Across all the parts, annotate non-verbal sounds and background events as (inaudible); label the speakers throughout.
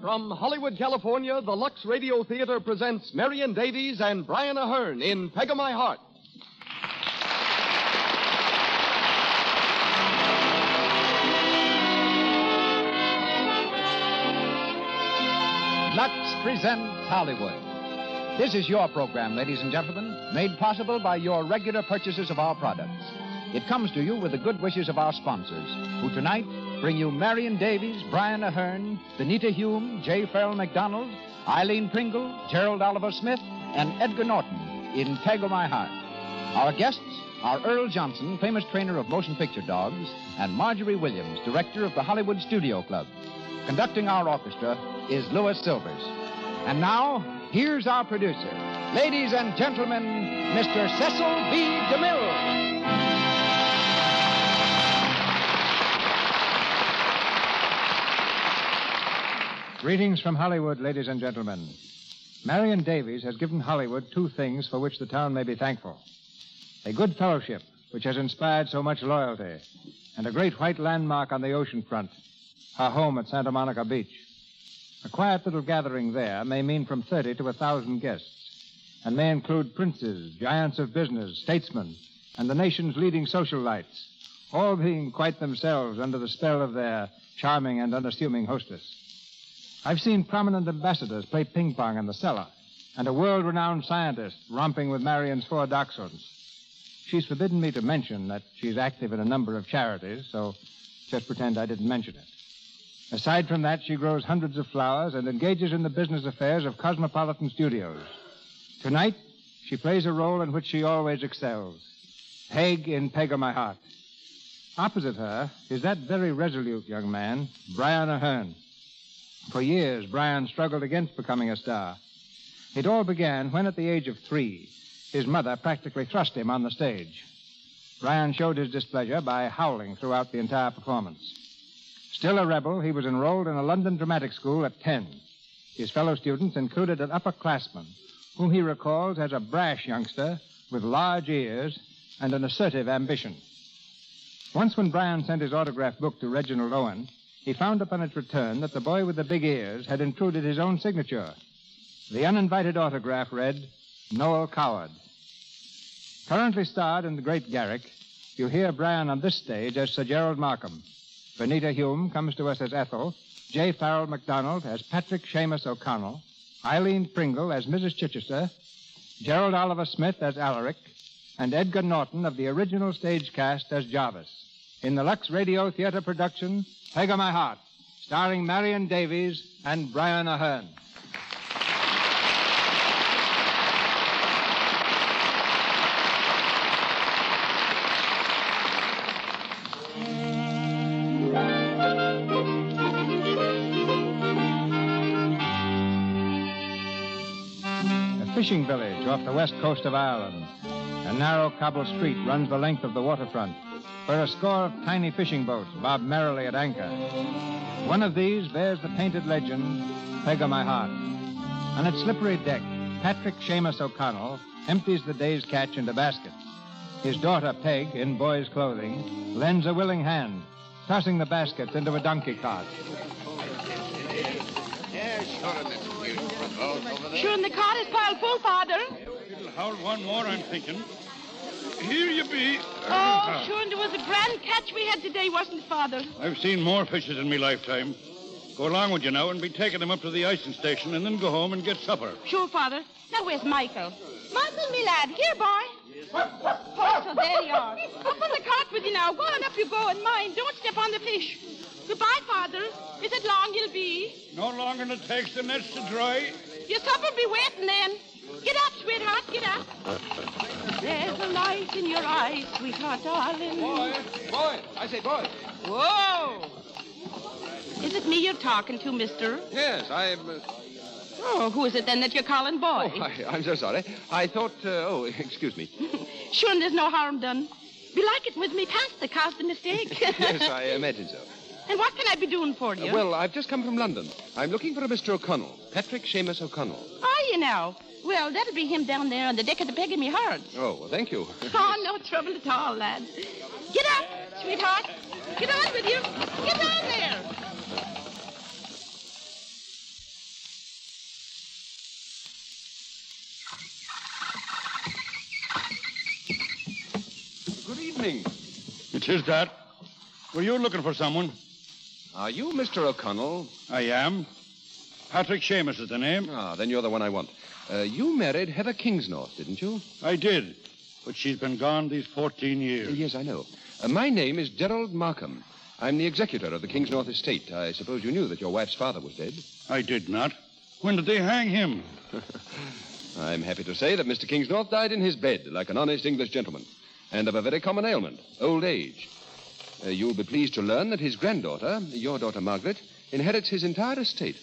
Speaker 1: From Hollywood, California, the Lux Radio Theater presents Marion Davies and Brian Ahern in Peg of My Heart.
Speaker 2: Lux presents Hollywood. This is your program, ladies and gentlemen, made possible by your regular purchases of our products. It comes to you with the good wishes of our sponsors, who tonight bring you Marion Davies, Brian Ahern, Benita Hume, J. Farrell McDonald, Eileen Pringle, Gerald Oliver Smith, and Edgar Norton in Peg O' My Heart. Our guests are Earl Johnson, famous trainer of motion picture dogs, and Marjorie Williams, director of the Hollywood Studio Club. Conducting our orchestra is Louis Silvers. And now, here's our producer. Ladies and gentlemen, Mr. Cecil B. DeMille.
Speaker 3: Greetings from Hollywood, ladies and gentlemen. Marion Davies has given Hollywood two things for which the town may be thankful a good fellowship, which has inspired so much loyalty, and a great white landmark on the ocean front, her home at Santa Monica Beach. A quiet little gathering there may mean from 30 to 1,000 guests, and may include princes, giants of business, statesmen, and the nation's leading socialites, all being quite themselves under the spell of their charming and unassuming hostess. I've seen prominent ambassadors play ping pong in the cellar, and a world renowned scientist romping with Marion's four dachshunds. She's forbidden me to mention that she's active in a number of charities, so just pretend I didn't mention it. Aside from that, she grows hundreds of flowers and engages in the business affairs of Cosmopolitan Studios. Tonight, she plays a role in which she always excels Peg in Peg of My Heart. Opposite her is that very resolute young man, Brian Ahern. For years, Brian struggled against becoming a star. It all began when, at the age of three, his mother practically thrust him on the stage. Brian showed his displeasure by howling throughout the entire performance. Still a rebel, he was enrolled in a London dramatic school at 10. His fellow students included an upperclassman, whom he recalls as a brash youngster with large ears and an assertive ambition. Once, when Brian sent his autograph book to Reginald Owen, he found upon its return that the boy with the big ears had intruded his own signature. The uninvited autograph read, Noel Coward. Currently starred in The Great Garrick, you hear Brian on this stage as Sir Gerald Markham. Benita Hume comes to us as Ethel, J. Farrell MacDonald as Patrick Seamus O'Connell, Eileen Pringle as Mrs. Chichester, Gerald Oliver Smith as Alaric, and Edgar Norton of the original stage cast as Jarvis. In the Lux Radio Theater production, Peg of My Heart, starring Marion Davies and Brian Ahern. a fishing village off the west coast of Ireland. A narrow cobble street runs the length of the waterfront, where a score of tiny fishing boats bob merrily at anchor. One of these bears the painted legend, Peg o' My Heart. On its slippery deck, Patrick Seamus O'Connell empties the day's catch into baskets. His daughter, Peg, in boy's clothing, lends a willing hand, tossing the baskets into a donkey cart.
Speaker 4: Yeah, sure, and it's beautiful boat over there.
Speaker 5: Sure, and the cart is piled full, Father.
Speaker 6: It'll hold one more, I'm thinking. Here you be. (laughs)
Speaker 5: Oh, sure, and it was a grand catch we had today, wasn't it, Father?
Speaker 6: I've seen more fishes in my lifetime. Go along with you now and be taking them up to the icing station and then go home and get supper.
Speaker 5: Sure, Father. Now, where's Michael? Michael, me lad, here, boy. Oh, so there you are. Up on the cart with you now. Go on up you go, and mind, don't step on the fish. Goodbye, Father. Is it long you'll be?
Speaker 6: No longer than it takes the nets to dry.
Speaker 5: Your supper'll be waiting then. Get up, sweetheart, get up. There's a light in your eyes, sweetheart, darling.
Speaker 1: Boy, boy, I say boy.
Speaker 5: Whoa! Is it me you're talking to, mister?
Speaker 1: Yes, I'm. Uh,
Speaker 5: Oh, who is it then that you're calling boy?
Speaker 1: oh, I, I'm so sorry. I thought. Uh, oh, (laughs) excuse me.
Speaker 5: Sure, and there's no harm done. Be like it with me past the caused a
Speaker 1: (laughs)
Speaker 5: mistake.
Speaker 1: yes, I imagine so.
Speaker 5: (laughs) And what can I be doing for you?
Speaker 1: Uh, well, I've just come from London. I'm looking for a Mr. O'Connell, Patrick Seamus O'Connell.
Speaker 5: Are you now? Well, that'll be him down there on the deck of the Peg in Me
Speaker 1: (laughs)
Speaker 5: Heart.
Speaker 1: Oh, well, thank you.
Speaker 5: Oh, no trouble at all, lad. Get up, sweetheart. Get on with you. Get on there.
Speaker 1: Good evening.
Speaker 6: It is that. Were you looking for someone?
Speaker 1: Are you Mr. O'Connell?
Speaker 6: I am. Patrick Seamus is the name.
Speaker 1: Ah, then you're the one I want. Uh, you married Heather Kingsnorth, didn't you?
Speaker 6: I did. But she's been gone these 14
Speaker 1: Uh,
Speaker 6: years.
Speaker 1: yes, I know. Uh, my name is Gerald Markham. I'm the executor of the Kingsnorth estate. I suppose you knew that your wife's father was dead.
Speaker 6: I did not. When did they hang him?
Speaker 1: (laughs) I'm happy to say that Mr. Kingsnorth died in his bed like an honest English gentleman, and of a very common ailment, old age. Uh, you'll be pleased to learn that his granddaughter, your daughter Margaret, inherits his entire estate.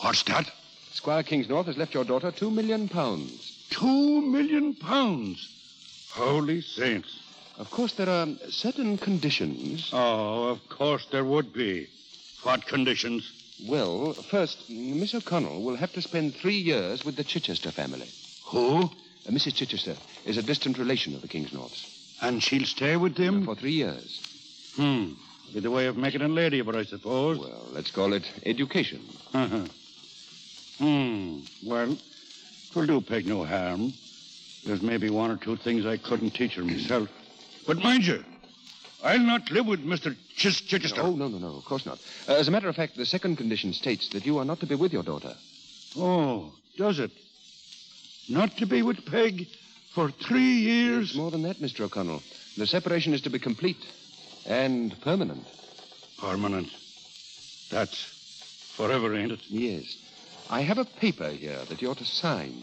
Speaker 6: What's that?
Speaker 1: Squire Kingsnorth has left your daughter two million pounds.
Speaker 6: Two million pounds. Holy saints.
Speaker 1: Of course, there are certain conditions.
Speaker 6: Oh, of course there would be. What conditions?
Speaker 1: Well, first, Miss O'Connell will have to spend three years with the Chichester family.
Speaker 6: Who?
Speaker 1: Uh, Mrs. Chichester is a distant relation of the Kingsnorths.
Speaker 6: And she'll stay with them?
Speaker 1: For three years.
Speaker 6: Hmm. Be the way of making a lady of her, I suppose.
Speaker 1: Well, let's call it education.
Speaker 6: Uh-huh. Hmm. Well, will do Peg no harm. There's maybe one or two things I couldn't teach her myself. But mind you, I'll not live with Mr. Chis- Chichester.
Speaker 1: Oh, no, no, no, of course not. Uh, as a matter of fact, the second condition states that you are not to be with your daughter.
Speaker 6: Oh, does it? Not to be with Peg for three
Speaker 1: It's
Speaker 6: years?
Speaker 1: more than that, Mr. O'Connell. The separation is to be complete and permanent.
Speaker 6: Permanent. That's forever, ain't it?
Speaker 1: Yes. I have a paper here that you're to sign.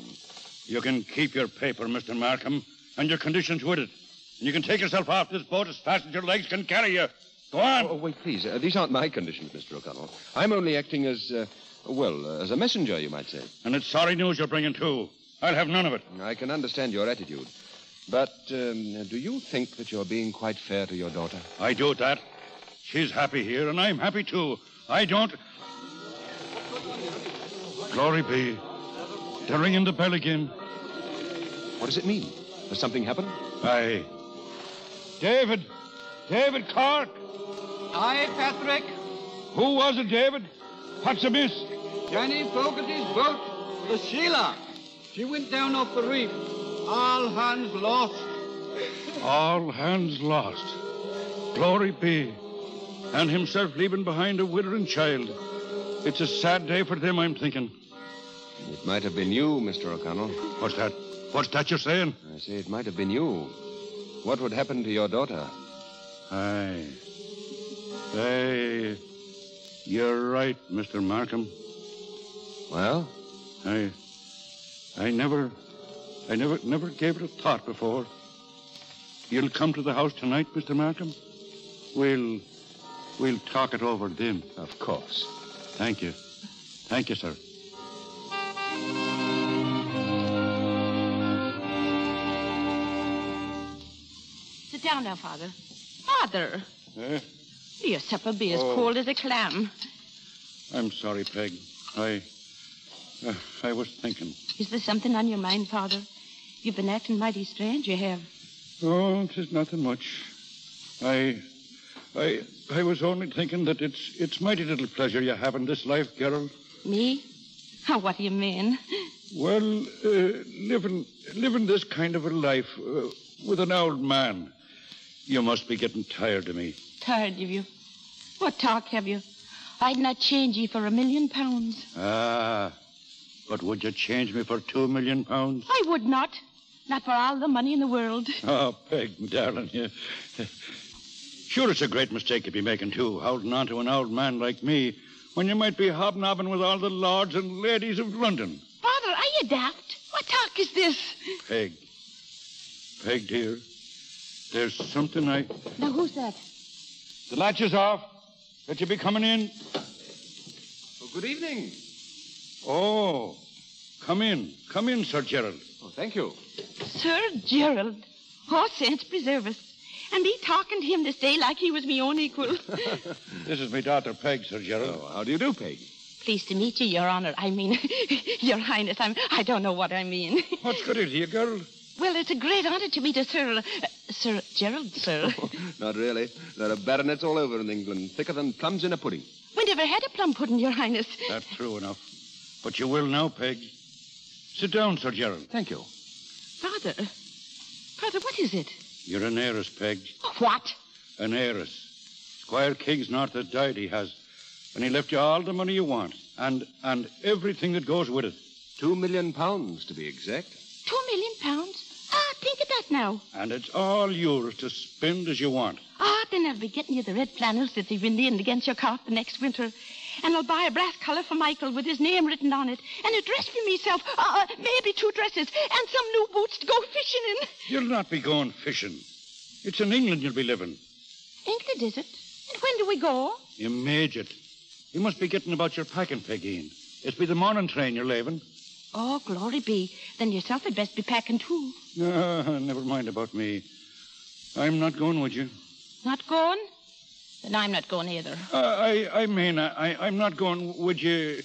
Speaker 6: You can keep your paper, Mr. Markham, and your conditions with it. And you can take yourself off this boat as fast as your legs can carry you. Go on.
Speaker 1: Oh, wait, please. Uh, these aren't my conditions, Mr. O'Connell. I'm only acting as, uh, well, uh, as a messenger, you might say.
Speaker 6: And it's sorry news you're bringing, too. I'll have none of it.
Speaker 1: I can understand your attitude. But um, do you think that you're being quite fair to your daughter?
Speaker 6: I do that. She's happy here, and I'm happy, too. I don't. Glory be. They're ringing the bell again.
Speaker 1: What does it mean? Has something happened?
Speaker 6: Aye. David! David Clark!
Speaker 2: Aye, Patrick.
Speaker 6: Who was it, David? What's amiss?
Speaker 2: Johnny Fogarty's boat, the Sheila. She went down off the reef. All hands lost.
Speaker 6: All hands lost. Glory be. And himself leaving behind a widowing child. It's a sad day for them, I'm thinking.
Speaker 1: It might have been you, Mr. O'Connell.
Speaker 6: What's that? What's that you're saying?
Speaker 1: I say it might have been you. What would happen to your daughter?
Speaker 6: Aye. Aye. You're right, Mr. Markham.
Speaker 1: Well,
Speaker 6: I. I never. I never, never gave it a thought before. You'll come to the house tonight, Mr. Markham? We'll. We'll talk it over then.
Speaker 1: of course.
Speaker 6: Thank you. Thank you, sir.
Speaker 5: Sit down now, Father. Oh, Father.
Speaker 6: Eh?
Speaker 5: Your supper be as
Speaker 6: Oh.
Speaker 5: cold as a clam.
Speaker 6: I'm sorry, Peg. I. Uh, I was thinking.
Speaker 5: Is there something on your mind, Father? You've been acting mighty strange, you have.
Speaker 6: Oh, 'tis nothing much. I. I. I was only thinking that it's it's mighty little pleasure you have in this life, Carol.
Speaker 5: Me? Oh, what do you mean? (laughs)
Speaker 6: Well, uh, living living this kind of a life uh, with an old man, you must be getting tired of me.
Speaker 5: Tired of you. What talk have you? I'd not change ye for a million pounds.
Speaker 6: Ah, but would you change me for two million pounds?
Speaker 5: I would not. Not for all the money in the world.
Speaker 6: Oh, Peg, darling, you... Sure, it's a great mistake you'd be making, too, holding on to an old man like me when you might be hobnobbing with all the lords and ladies of London.
Speaker 5: Father, are you daft? What talk is this?
Speaker 6: Peg. Peg, dear, there's something I...
Speaker 5: Now, who's that?
Speaker 6: The latch is off. That you be coming in.
Speaker 1: Well, good evening.
Speaker 6: Oh, come in. Come in, Sir Gerald.
Speaker 1: Oh, thank you.
Speaker 5: Sir Gerald. Oh, saints preserve us. And me talking to him this day like he was me own equal. (laughs)
Speaker 6: This is my daughter, Peg, Sir Gerald.
Speaker 1: Oh, how do you do, Peg?
Speaker 5: Pleased to meet you, Your Honor. I mean, (laughs) Your Highness. I'm, I don't know what I mean. (laughs)
Speaker 6: What's good to you, girl?
Speaker 5: Well, it's a great honor to meet a Sir, uh, Sir Gerald, sir.
Speaker 1: (laughs) Not really. There are baronets all over in England, thicker than plums in a pudding.
Speaker 5: we never had a plum pudding, Your Highness.
Speaker 6: That's true enough. But you will now, Peg. Sit down, Sir Gerald.
Speaker 1: Thank you.
Speaker 5: Father, Father, what is it?
Speaker 6: You're an heiress, Peg.
Speaker 5: What?
Speaker 6: An heiress. Squire King's not that died he has. And he left you all the money you want. And and everything that goes with it.
Speaker 1: Two million pounds, to be exact.
Speaker 5: Two million pounds? Ah, think of that now.
Speaker 6: And it's all yours to spend as you want.
Speaker 5: Ah, then I'll be getting you the red flannels that they've been in against your cough the next winter. And I'll buy a brass collar for Michael with his name written on it. And a dress for myself. Uh, uh, maybe two dresses. And some new boots to go fishing in.
Speaker 6: You'll not be going fishing. It's in England you'll be living.
Speaker 5: England, is it? And when do we go?
Speaker 6: You midget. You must be getting about your packing, Peggy. It's be the morning train you're leaving. (laughs)
Speaker 5: Oh, glory be. Then yourself had best be packing, too.
Speaker 6: Ah, never mind about me. I'm not going with you.
Speaker 5: Not going? Then I'm not going either.
Speaker 6: I, I, I mean, I, I- I'm not going with you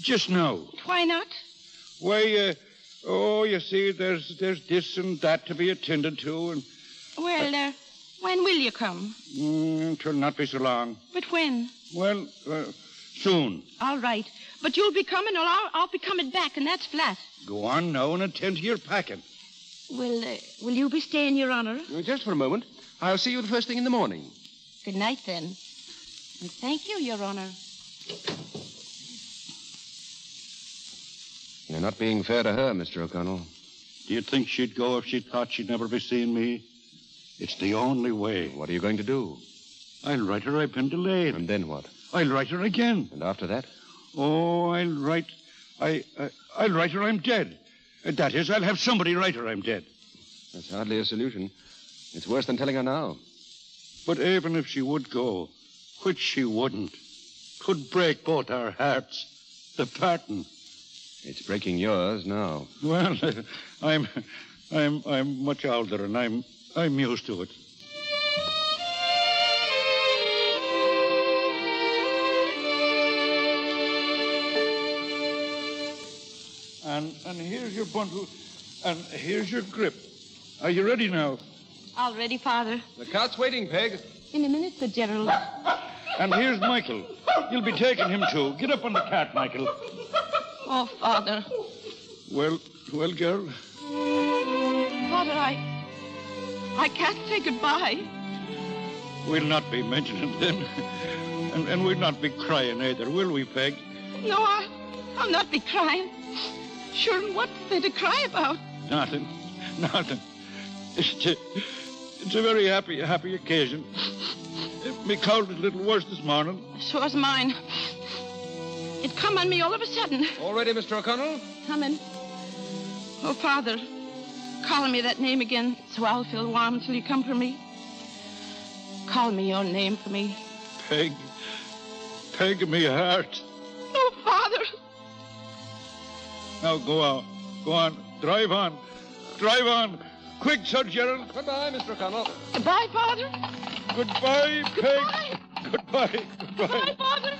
Speaker 6: just now.
Speaker 5: Why not?
Speaker 6: Why, uh, oh, you see, there's there's this and that to be attended to, and
Speaker 5: Well, uh, when will you come?
Speaker 6: mm, 'twill not be so long.
Speaker 5: But when?
Speaker 6: Well, uh, soon.
Speaker 5: All right. But you'll be coming, or I'll, I'll be coming back, and that's flat.
Speaker 6: Go on now and attend to your packing.
Speaker 5: Will, uh, will you be staying, Your Honor?
Speaker 1: Uh, Just for a moment. I'll see you the first thing in the morning.
Speaker 5: Good night, then. And thank you, Your Honor.
Speaker 1: You're not being fair to her, Mr. O'Connell.
Speaker 6: Do you think she'd go if she thought she'd never be seeing me? It's the only way.
Speaker 1: What are you going to do?
Speaker 6: I'll write her I've been delayed.
Speaker 1: And then what?
Speaker 6: I'll write her again.
Speaker 1: And after that?
Speaker 6: Oh, I'll write. I, I I'll write her I'm dead. Uh, That is, I'll have somebody write her I'm dead.
Speaker 1: That's hardly a solution. It's worse than telling her now.
Speaker 6: But even if she would go, which she wouldn't, could break both our hearts. The parting.
Speaker 1: It's breaking yours now.
Speaker 6: (laughs) Well, I'm, I'm, I'm much older, and I'm, I'm used to it. And and here's your bundle, and here's your grip. Are you ready now?
Speaker 5: All ready, Father.
Speaker 1: The cart's waiting, Peg.
Speaker 5: In a minute, Sir Gerald.
Speaker 6: And here's Michael. You'll be taking him too. Get up on the cart, Michael.
Speaker 5: Oh, Father.
Speaker 6: Well, well, girl.
Speaker 5: Father, I. I can't say goodbye.
Speaker 6: We'll not be mentioning them. And, and we'll not be crying either, will we, Peg?
Speaker 5: No, I, I'll not be crying. Sure, and what's there to cry about?
Speaker 6: Nothing. Nothing. It's a, it's a very happy, happy occasion. Me cold is a little worse this morning.
Speaker 5: So's mine. It come on me all of a sudden.
Speaker 1: All ready, Mr. O'Connell?
Speaker 5: Coming. Oh, Father, call me that name again so I'll feel warm till you come for me. Call me your name for me.
Speaker 6: Peg. Peg, me heart.
Speaker 5: Oh, Father.
Speaker 6: Now go on. Go on. Drive on. Drive on. Quick, Sir Gerald.
Speaker 1: Goodbye, Mr. O'Connell.
Speaker 5: Goodbye, Father.
Speaker 6: Goodbye, Peg. Goodbye. Goodbye.
Speaker 5: Father.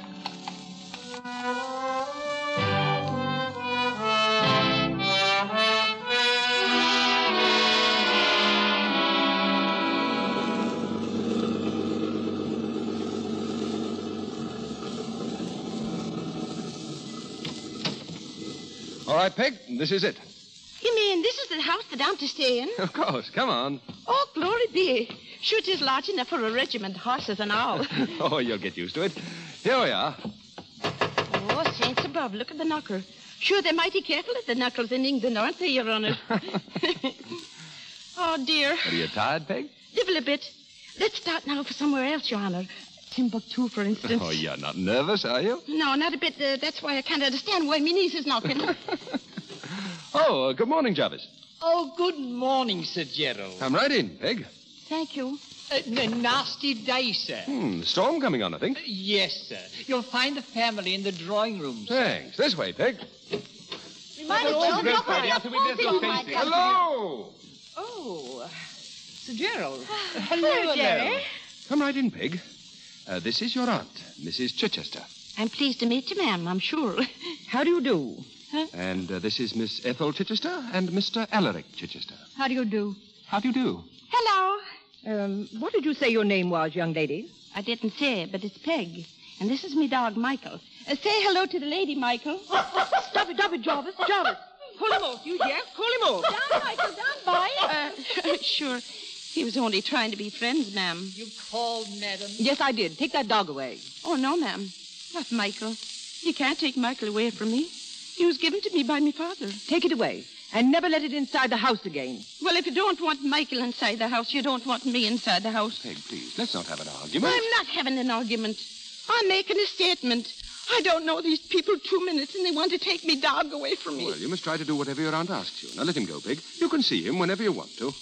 Speaker 1: All right, Peg, this is it. (laughs)
Speaker 5: You mean this is the house that I'm to stay in?
Speaker 1: Of course. Come on.
Speaker 5: Oh, glory be. Sure, it is large enough for a regiment, horses and all.
Speaker 1: (laughs) Oh, you'll get used to it. Here we are.
Speaker 5: oh, saints above, look at the knocker. Sure, they're mighty careful at the knuckles in England, aren't they, Your (laughs) Honor? oh, dear.
Speaker 1: Are you tired, Peg?
Speaker 5: Divil a bit. Let's start now for somewhere else, Your Honor. Timbuktu, for instance.
Speaker 1: Oh, you're not nervous, are you?
Speaker 5: No, not a bit. Uh, that's why I can't understand why my niece is knocking.
Speaker 1: Oh, uh, good morning, Jarvis.
Speaker 7: Oh, good morning, Sir Gerald.
Speaker 1: Come right in, Peg.
Speaker 5: Thank you.
Speaker 7: Uh, n- nasty day, sir.
Speaker 1: Hmm, storm coming on, I think.
Speaker 7: Uh, Yes, sir. You'll find the family in the drawing room, sir.
Speaker 1: Thanks. This way, Peg.
Speaker 5: Remind us, John,
Speaker 7: good
Speaker 5: look
Speaker 7: for
Speaker 5: at
Speaker 7: you.
Speaker 5: your
Speaker 7: We miss
Speaker 5: posing,
Speaker 7: your
Speaker 5: you might
Speaker 7: faces.
Speaker 5: come.
Speaker 1: Hello.
Speaker 7: Oh, Sir Gerald.
Speaker 5: Hello, Jerry.
Speaker 1: Come right in, Peg. Uh, this is your aunt, Mrs. Chichester.
Speaker 5: I'm pleased to meet you, ma'am, I'm sure.
Speaker 7: How do you do?
Speaker 1: And uh, this is Miss Ethel Chichester and Mr. Alaric Chichester.
Speaker 7: How do you do?
Speaker 1: How do you do?
Speaker 5: Hello.
Speaker 7: Um, what did you say your name was, young lady?
Speaker 5: I didn't say, but it's Peg. And this is me dog, Michael. Uh, say hello to the lady,
Speaker 7: (laughs)
Speaker 5: Michael.
Speaker 7: Stop it, stop it, Jarvis, Jarvis. Pull him off, you hear? Pull him off.
Speaker 5: down, Michael, down, boy. Uh, (laughs) sure. He was only trying to be friends, ma'am.
Speaker 7: You called, madam? Yes, I did. Take that dog away.
Speaker 5: Oh, no, ma'am. Not Michael. You can't take Michael away from me. He was given to me by me father.
Speaker 7: Take it away. And never let it inside the house again.
Speaker 5: Well, if you don't want Michael inside the house, you don't want me inside the house.
Speaker 1: Peg, please, let's not have an argument.
Speaker 5: I'm not having an argument. I'm making a statement. I don't know these people two minutes, and they want to take me dog away from me.
Speaker 1: Well, you must try to do whatever your aunt asks you. Now, let him go, Peg. You can see him whenever you want to.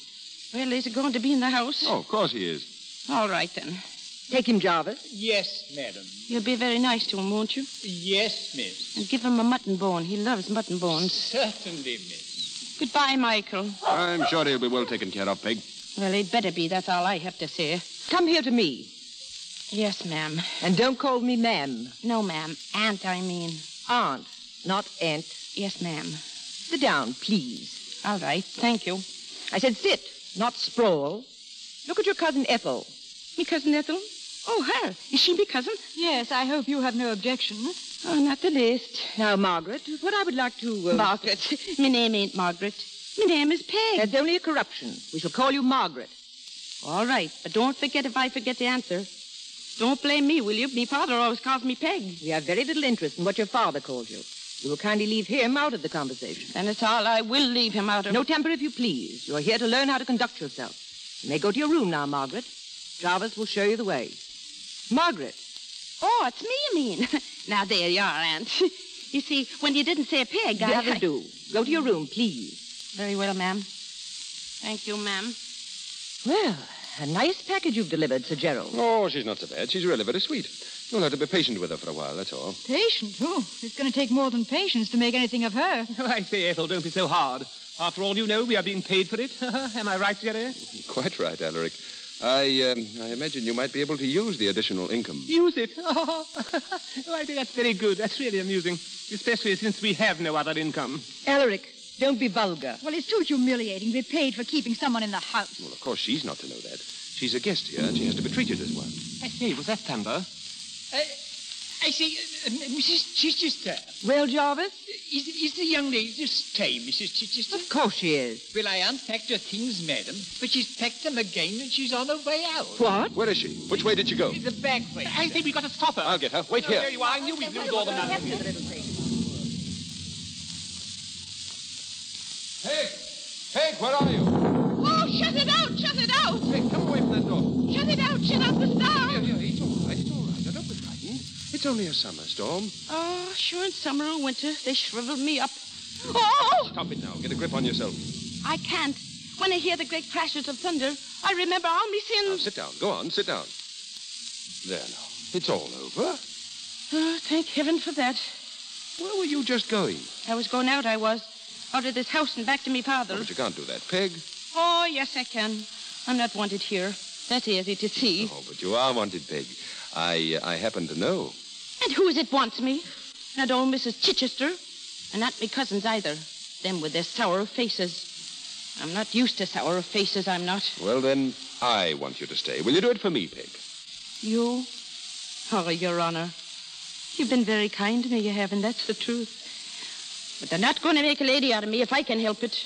Speaker 5: Well, is he going to be in the house?
Speaker 1: Oh, of course he is.
Speaker 5: All right, then.
Speaker 7: Take him, Jarvis.
Speaker 8: Yes, madam.
Speaker 5: You'll be very nice to him, won't you?
Speaker 8: Yes, miss.
Speaker 5: And give him a mutton bone. He loves mutton bones.
Speaker 8: Certainly, miss.
Speaker 5: Goodbye, Michael.
Speaker 1: I'm sure he'll be well taken care of, Peg.
Speaker 5: Well, he'd better be. That's all I have to say.
Speaker 7: Come here to me.
Speaker 5: Yes, ma'am.
Speaker 7: And don't call me ma'am.
Speaker 5: No, ma'am. Aunt, I mean.
Speaker 7: Aunt, not aunt.
Speaker 5: Yes, ma'am.
Speaker 7: Sit down, please.
Speaker 5: All right. Thank you.
Speaker 7: I said sit, not sprawl. Look at your cousin Ethel.
Speaker 5: Me cousin Ethel? Oh, her. Is she me cousin?
Speaker 9: Yes, I hope you have no objection.
Speaker 5: Oh, not the least.
Speaker 7: Now, Margaret, what I would like to. Uh,
Speaker 5: Margaret. (laughs) Me name ain't Margaret. Me name is Peg.
Speaker 7: That's only a corruption. We shall call you Margaret.
Speaker 5: All right. But don't forget if I forget the answer. Don't blame me, will you? Me father always calls me Peg.
Speaker 7: We have very little interest in what your father calls you. You will kindly leave him out of the conversation.
Speaker 5: Then it's all I will leave him out of.
Speaker 7: No temper, if you please. You are here to learn how to conduct yourself. You may go to your room now, Margaret. Jarvis will show you the way. Margaret,
Speaker 5: Oh, it's me you mean. (laughs) now, there you are, Aunt. (laughs) you see, when you didn't say pig, I...
Speaker 7: that'll do. Go to your room, please.
Speaker 5: Very well, ma'am. Thank you, ma'am.
Speaker 7: Well, a nice package you've delivered, Sir Gerald.
Speaker 1: Oh, she's not so bad. She's really very sweet. You'll have to be patient with her for a while, that's all. (laughs)
Speaker 9: Patient? Oh, it's going to take more than patience to make anything of her.
Speaker 8: (laughs) I say, Ethel, don't be so hard. After all, you know we are being paid for it. (laughs) Am I right, Jerry?
Speaker 1: Quite right, Alaric. I, um, I imagine you might be able to use the additional income.
Speaker 8: Use it. (laughs) oh, I think that's very good. That's really amusing, especially since we have no other income.
Speaker 7: Alaric, don't be vulgar.
Speaker 9: Well, it's too humiliating to be paid for keeping someone in the house.
Speaker 1: Well, of course, she's not to know that. She's a guest here, and she has to be treated as one.
Speaker 8: I say, was that thunder? I say, uh, m- Mrs. Chichester, Uh,
Speaker 7: Well, Jarvis?
Speaker 8: is, is the young lady to stay, Mrs. Chichester?
Speaker 7: Of course she is.
Speaker 8: Well, I unpacked her things, madam, but she's packed them again and she's on her way out.
Speaker 7: What?
Speaker 1: Where is she? Which way did she go?
Speaker 8: The back way. I think we got to stop her.
Speaker 1: I'll get her. Wait here.
Speaker 8: you are. I knew we'd lose all the money.
Speaker 1: Peg! Peg, where are you?
Speaker 5: Oh, shut it out! Shut it out!
Speaker 1: Peg, come away from that door.
Speaker 5: Shut it out! Shut out the
Speaker 1: Here,
Speaker 5: star!
Speaker 1: here, it's all right, it's all right. Now, don't be frightened. It's only a summer storm.
Speaker 5: Oh, sure, in summer or winter, they shrivel me up. Oh!
Speaker 1: Stop it now. Get a grip on yourself.
Speaker 5: I can't. When I hear the great crashes of thunder, I remember all me
Speaker 1: Now,
Speaker 5: sins.
Speaker 1: sit down. Go on, sit down. There now. It's all over.
Speaker 5: Oh, thank heaven for that.
Speaker 1: Where were you just going?
Speaker 5: I was going out, I was. Out of this house and back to me
Speaker 1: Oh,
Speaker 5: father.
Speaker 1: but you can't do that, Peg.
Speaker 5: Oh, yes, I can. I'm not wanted here.
Speaker 7: That's easy to see.
Speaker 1: Oh, But you are wanted, Peg. I, uh, I happen to know.
Speaker 5: And who is it wants me? Not old Mrs. Chichester, and not me cousins either. Them with their sour faces. I'm not used to sour faces, I'm not.
Speaker 1: Well, then, I want you to stay. Will you do it for me, Peg?
Speaker 5: You? Oh, Your Honor. You've been very kind to me, you have, and that's the truth. But they're not going to make a lady out of me if I can help it.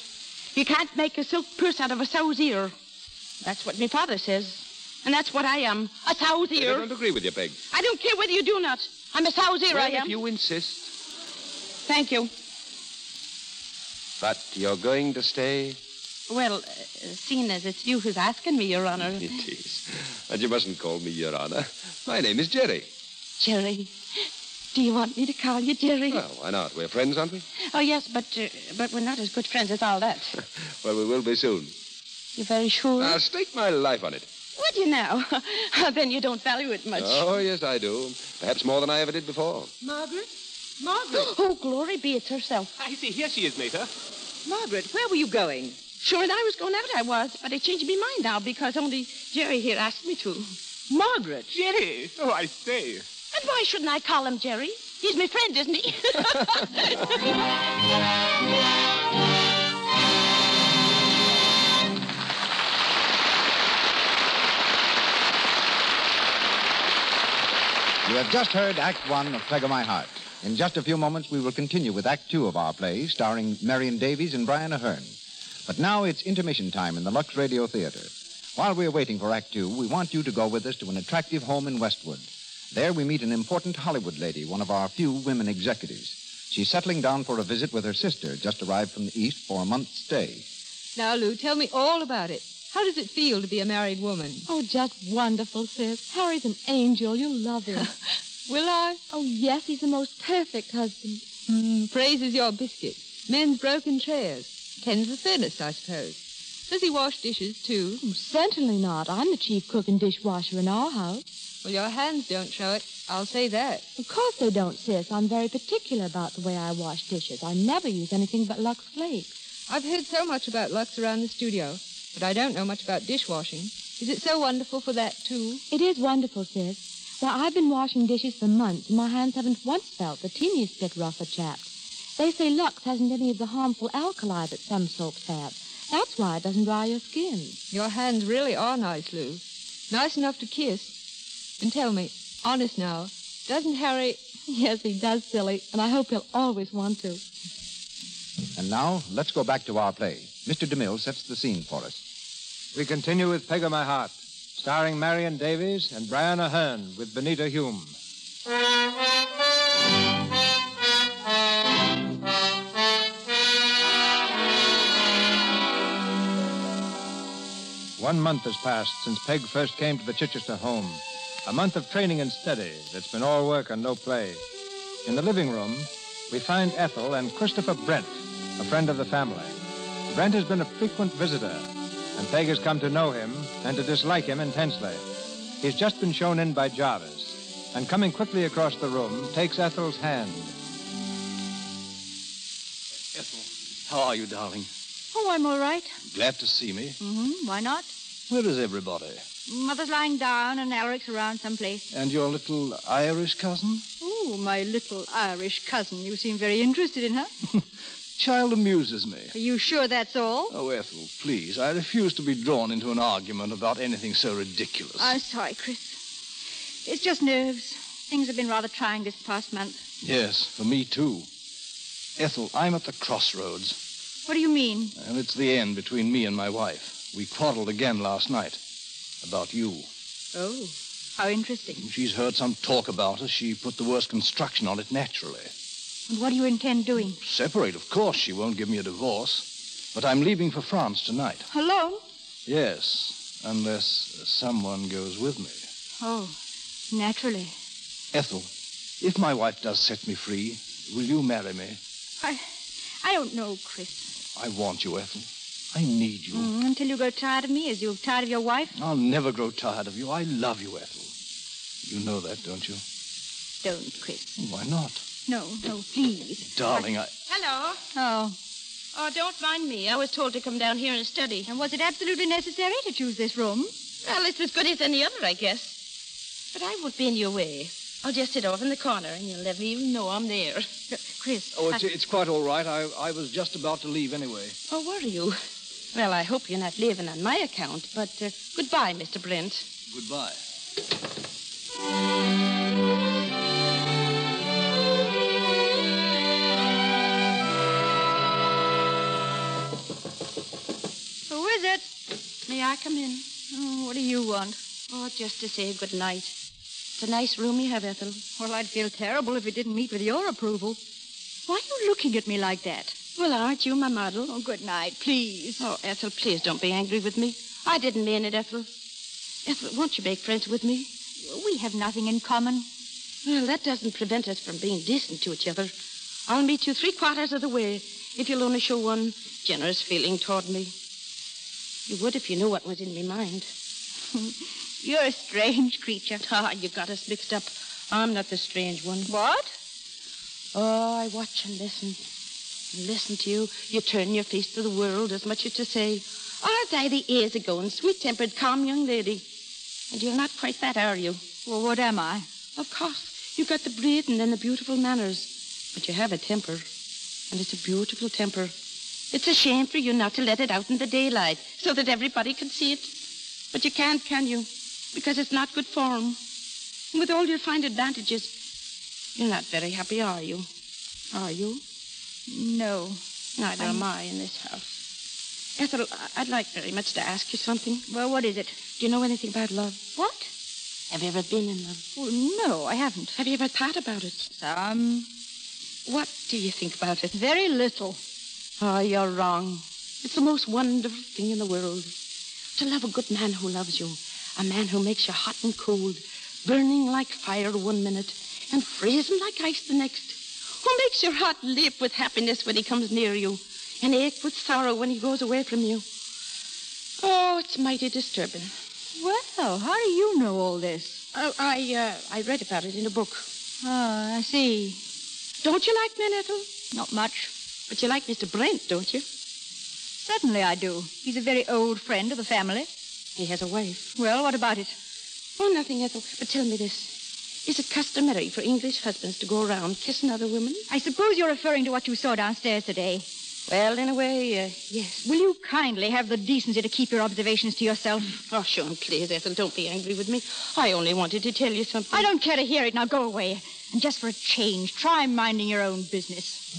Speaker 5: You can't make a silk purse out of a sow's ear. That's what me father says. And that's what I am. A sow's
Speaker 1: I
Speaker 5: ear.
Speaker 1: don't agree with you, Peg.
Speaker 5: I don't care whether you do or not. I'm a sow's ear,
Speaker 1: well,
Speaker 5: I am.
Speaker 1: if you insist.
Speaker 5: Thank you.
Speaker 1: But you're going to stay?
Speaker 5: Well, uh, seeing as it's you who's asking me, Your Honor.
Speaker 1: It is. And you mustn't call me Your Honor. My name is Jerry.
Speaker 5: Jerry. Do you want me to call you Jerry?
Speaker 1: Well, why not? We're friends, aren't we?
Speaker 5: Oh, yes, but uh, but we're not as good friends as all that.
Speaker 1: Well, we will be soon.
Speaker 5: You're very sure?
Speaker 1: I'll stake my life on it.
Speaker 5: Would you now? (laughs) then you don't value it much.
Speaker 1: Oh, yes, I do. Perhaps more than I ever did before.
Speaker 5: Margaret? Margaret? (gasps) Oh, glory be, it's herself.
Speaker 8: I see. Here she is, Mater.
Speaker 5: Margaret, where were you going? Sure, and I was going out, I was, but I changed my mind now because only Jerry here asked me to. Margaret?
Speaker 8: Jerry. Oh, I say.
Speaker 5: And why shouldn't I call him Jerry? He's my friend, isn't he? (laughs)
Speaker 2: You have just heard Act One of Plague of My Heart. In just a few moments, we will continue with Act Two of our play, starring Marion Davies and Brian Ahern. But now it's intermission time in the Lux Radio Theater. While we are waiting for Act Two, we want you to go with us to an attractive home in Westwood. There we meet an important Hollywood lady, one of our few women executives. She's settling down for a visit with her sister, just arrived from the East for a month's stay.
Speaker 9: Now, Lou, tell me all about it. How does it feel to be a married woman?
Speaker 10: Oh, just wonderful, sis. Harry's an angel. You'll love him.
Speaker 9: (laughs) Will I?
Speaker 10: oh, yes, he's the most perfect husband.
Speaker 9: Hmm, praises your biscuit. Mends broken chairs. Tends the furnace, I suppose. Does he wash dishes, too?
Speaker 10: Oh, certainly not. I'm the chief cook and dishwasher in our house.
Speaker 9: Well, your hands don't show it. I'll say that.
Speaker 10: Of course they don't, sis. I'm very particular about the way I wash dishes. I never use anything but Lux Flakes.
Speaker 9: I've heard so much about Lux around the studio, but I don't know much about dishwashing. Is it so wonderful for that, too?
Speaker 10: It is wonderful, sis. Now, I've been washing dishes for months, and my hands haven't once felt the teeniest bit rough or chapped. They say Lux hasn't any of the harmful alkali that some soaps have. That's why it doesn't dry your skin.
Speaker 9: Your hands really are nice, Lou. Nice enough to kiss. And tell me, honest now, doesn't Harry.
Speaker 10: (laughs) Yes, he does, silly, and I hope he'll always want to.
Speaker 2: And now, let's go back to our play. Mr. DeMille sets the scene for us.
Speaker 3: We continue with Peg of My Heart, starring Marion Davies and Brian Ahern with Benita Hume. One month has passed since Peg first came to the Chichester home. A month of training and study that's been all work and no play. In the living room, we find Ethel and Christopher Brent, a friend of the family. Brent has been a frequent visitor, and Peg has come to know him and to dislike him intensely. He's just been shown in by Jarvis, and coming quickly across the room, takes Ethel's hand.
Speaker 11: Ethel, how are you, darling?
Speaker 9: Oh, I'm all right.
Speaker 11: Glad to see me.
Speaker 9: Mm-hmm. Why not?
Speaker 11: Where is everybody?
Speaker 9: Mother's lying down, and Alaric's around someplace.
Speaker 11: And your little Irish cousin?
Speaker 9: Oh, my little Irish cousin. You seem very interested in her.
Speaker 11: Child amuses me.
Speaker 9: Are you sure that's all?
Speaker 11: Oh, Ethel, please, I refuse to be drawn into an argument about anything so ridiculous.
Speaker 9: I'm Oh, sorry, Chris. It's just nerves. Things have been rather trying this past month.
Speaker 11: Yes, for me too. Ethel, I'm at the crossroads,
Speaker 9: What do you mean?
Speaker 11: and it's the end between me and my wife. We quarreled again last night about you.
Speaker 9: Oh, how interesting.
Speaker 11: She's heard some talk about us. She put the worst construction on it naturally.
Speaker 9: And what do you intend doing?
Speaker 11: Separate, of course. She won't give me a divorce. But I'm leaving for France tonight.
Speaker 9: Alone?
Speaker 11: Yes, unless someone goes with me.
Speaker 9: Oh, naturally.
Speaker 11: Ethel, if my wife does set me free, will you marry me?
Speaker 9: I, I don't know, Chris.
Speaker 11: I want you, Ethel. I need you.
Speaker 9: Mm, until you grow tired of me, as you're tired of your wife.
Speaker 11: I'll never grow tired of you. I love you, Ethel. You know that, don't you?
Speaker 9: Don't, Chris.
Speaker 11: Oh, Why not?
Speaker 9: No, no, please.
Speaker 11: Darling, I.
Speaker 5: Hello.
Speaker 9: Oh.
Speaker 5: Oh, don't mind me. I was told to come down here and study.
Speaker 9: And was it absolutely necessary to choose this room?
Speaker 5: Well, it's as good as any other, I guess. But I won't be in your way. I'll just sit off in the corner, and you'll never even know I'm there. (laughs) Chris.
Speaker 11: Oh, it's,
Speaker 5: I-
Speaker 11: it's quite all right. I, I was just about to leave anyway.
Speaker 5: Oh, were you? Well, I hope you're not leaving on my account, but uh, goodbye, Mr. Brent.
Speaker 11: Goodbye.
Speaker 5: Who is it? May I come in?
Speaker 12: Mm,
Speaker 5: Oh, what do you want? Oh, just to say good night. It's a nice room you have, Ethel.
Speaker 12: Well, I'd feel terrible if it didn't meet with your approval. Why are you looking at me like that?
Speaker 5: Well, aren't you my model? Oh, good night, please. Oh, Ethel, please don't be angry with me. I didn't mean it, Ethel. Ethel, won't you make friends with me?
Speaker 12: We have nothing in common.
Speaker 5: Well, that doesn't prevent us from being decent to each other. I'll meet you three quarters of the way if you'll only show one generous feeling toward me. You would if you knew what was in my mind. (laughs) You're a strange creature. Ah, you got us mixed up. I'm not the strange one. What? Oh, I watch and listen. And listen to you. You turn your face to the world as much as to say, Aren't I the ears ago and sweet tempered, calm young lady? And you're not quite that, are you? Well, what am I? Of course. You've got the breeding and the beautiful manners. But you have a temper. And it's a beautiful temper. It's a shame for you not to let it out in the daylight so that everybody can see it. But you can't, can you? Because it's not good form. And with all your fine advantages, you're not very happy, are you? Are you? No. Neither
Speaker 12: I'm-
Speaker 5: am I in this house. Ethel, I- I'd like very much to ask you something. Well, what is it? Do you know anything about love? What? Have you ever been in love?
Speaker 12: Oh,
Speaker 5: Well, no, I haven't. Have you ever thought about it? Some. What do you think about it? Very little. Oh, you're wrong. It's the most wonderful thing in the world. To love a good man who loves you, a man who makes you hot and cold, burning like fire one minute and freezing like ice the next, who makes your heart leap with happiness when he comes near you and ache with sorrow when he goes away from you. Oh, it's mighty disturbing. Well, how do you know all this? Oh, I, uh, I read about it in a book.
Speaker 12: Ah,
Speaker 5: Oh, I see. Don't you like men, Ethel? Not much. But you like Mr. Brent, don't you?
Speaker 12: Certainly I do. He's a very old friend of the family.
Speaker 5: He has a wife.
Speaker 12: Well, what about it?
Speaker 5: Oh, nothing, Ethel. But tell me this. Is it customary for English husbands to go around kissing other women?
Speaker 12: I suppose you're referring to what you saw downstairs today.
Speaker 5: Well, in a way, uh, yes.
Speaker 12: Will you kindly have the decency to keep your observations to yourself?
Speaker 5: Oh, Sean, please, Ethel, don't be angry with me. I only wanted to tell you something.
Speaker 12: I don't care to hear it. Now go away. And just for a change, try minding your own business.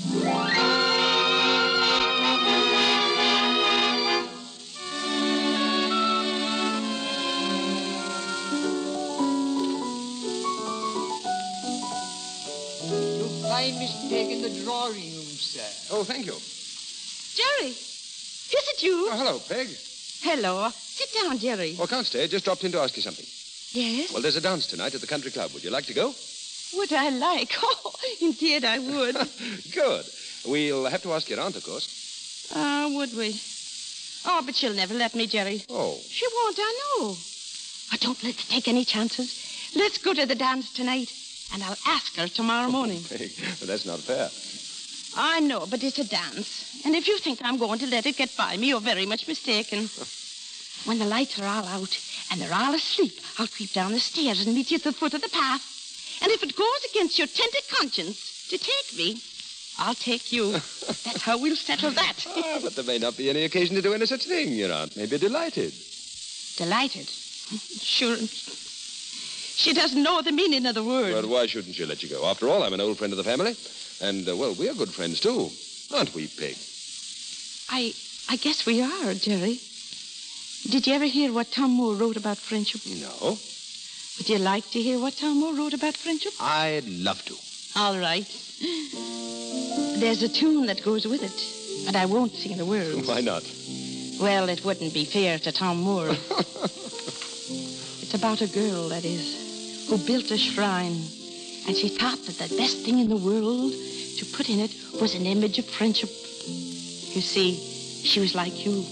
Speaker 13: By mistake in the drawing room, sir.
Speaker 1: Oh, thank you.
Speaker 5: Jerry, is it you?
Speaker 1: Oh, hello, Peg.
Speaker 5: Hello. Sit down, Jerry.
Speaker 1: Oh, Constance, just dropped in to ask you something.
Speaker 5: Yes?
Speaker 1: Well, there's a dance tonight at the country club. Would you like to go? (laughs)
Speaker 5: Would I like? (laughs) Oh, indeed I would.
Speaker 1: Good. We'll have to ask your aunt, of course.
Speaker 5: (laughs) Ah, would we? Oh, but she'll never let me, Jerry.
Speaker 1: Oh.
Speaker 5: She won't, I know. But don't let's take any chances. Let's go to the dance tonight, and I'll ask her tomorrow morning.
Speaker 1: (laughs) Peg, well, that's not fair.
Speaker 5: I know, but it's a dance. And if you think I'm going to let it get by me, you're very much mistaken. (laughs) When the lights are all out and they're all asleep, I'll creep down the stairs and meet you at the foot of the path. And if it goes against your tender conscience to take me, I'll take you. That's how we'll settle that.
Speaker 1: Ah, but there may not be any occasion to do any such thing. Your aunt may be delighted.
Speaker 5: Delighted. Sure. She doesn't know the meaning of the word.
Speaker 1: But why shouldn't she let you go? After all, I'm an old friend of the family. And, uh, well, we're good friends, too. Aren't we, Peg?
Speaker 5: I, I guess we are, Jerry. Did you ever hear what Tom Moore wrote about friendship?
Speaker 2: Oh,
Speaker 1: No.
Speaker 5: Would you like to hear what Tom Moore wrote about friendship?
Speaker 1: I'd love to.
Speaker 5: All right. There's a tune that goes with it, but I won't sing the words.
Speaker 1: Why not?
Speaker 5: Well, it wouldn't be fair to Tom Moore. it's about a girl, that is, who built a shrine, and she thought that the best thing in the world to put in it was an image of friendship. You see, she was like you.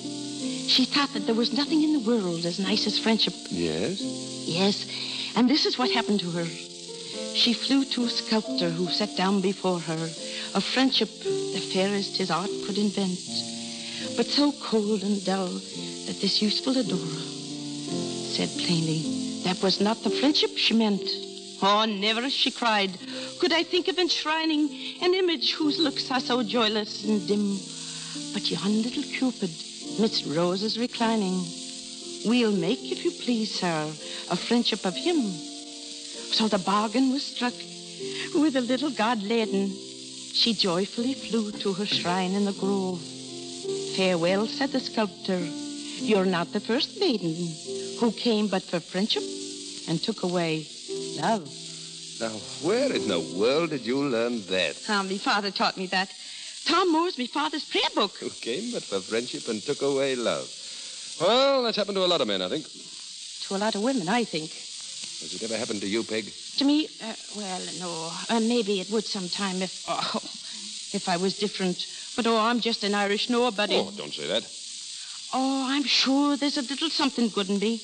Speaker 5: She thought that there was nothing in the world as nice as friendship.
Speaker 1: Yes?
Speaker 5: Yes, and this is what happened to her. She flew to a sculptor who sat down before her, a friendship the fairest his art could invent, but so cold and dull that this useful adorer said plainly that was not the friendship she meant. Oh, never, she cried, could I think of enshrining an image whose looks are so joyless and dim. But yon little Cupid, midst roses reclining, we'll make, if you please, sir, a friendship of him. So the bargain was struck. With a little god laden, she joyfully flew to her shrine in the grove. Farewell, said the sculptor. You're not the first maiden who came but for friendship and took away love.
Speaker 1: Now, where in the world did you learn that?
Speaker 5: Ah, me father taught me that. Tom Moore's me father's prayer book.
Speaker 1: Who came but for friendship and took away love? Well, that's happened to a lot of men, I think.
Speaker 5: To a lot of women, I think.
Speaker 1: Has it ever happened to you, Peg?
Speaker 5: To me, uh, well, no. Uh, maybe it would sometime if, (laughs) oh, if I was different. But oh, I'm just an Irish nobody.
Speaker 1: Oh, don't say that.
Speaker 5: Oh, I'm sure there's a little something good in me.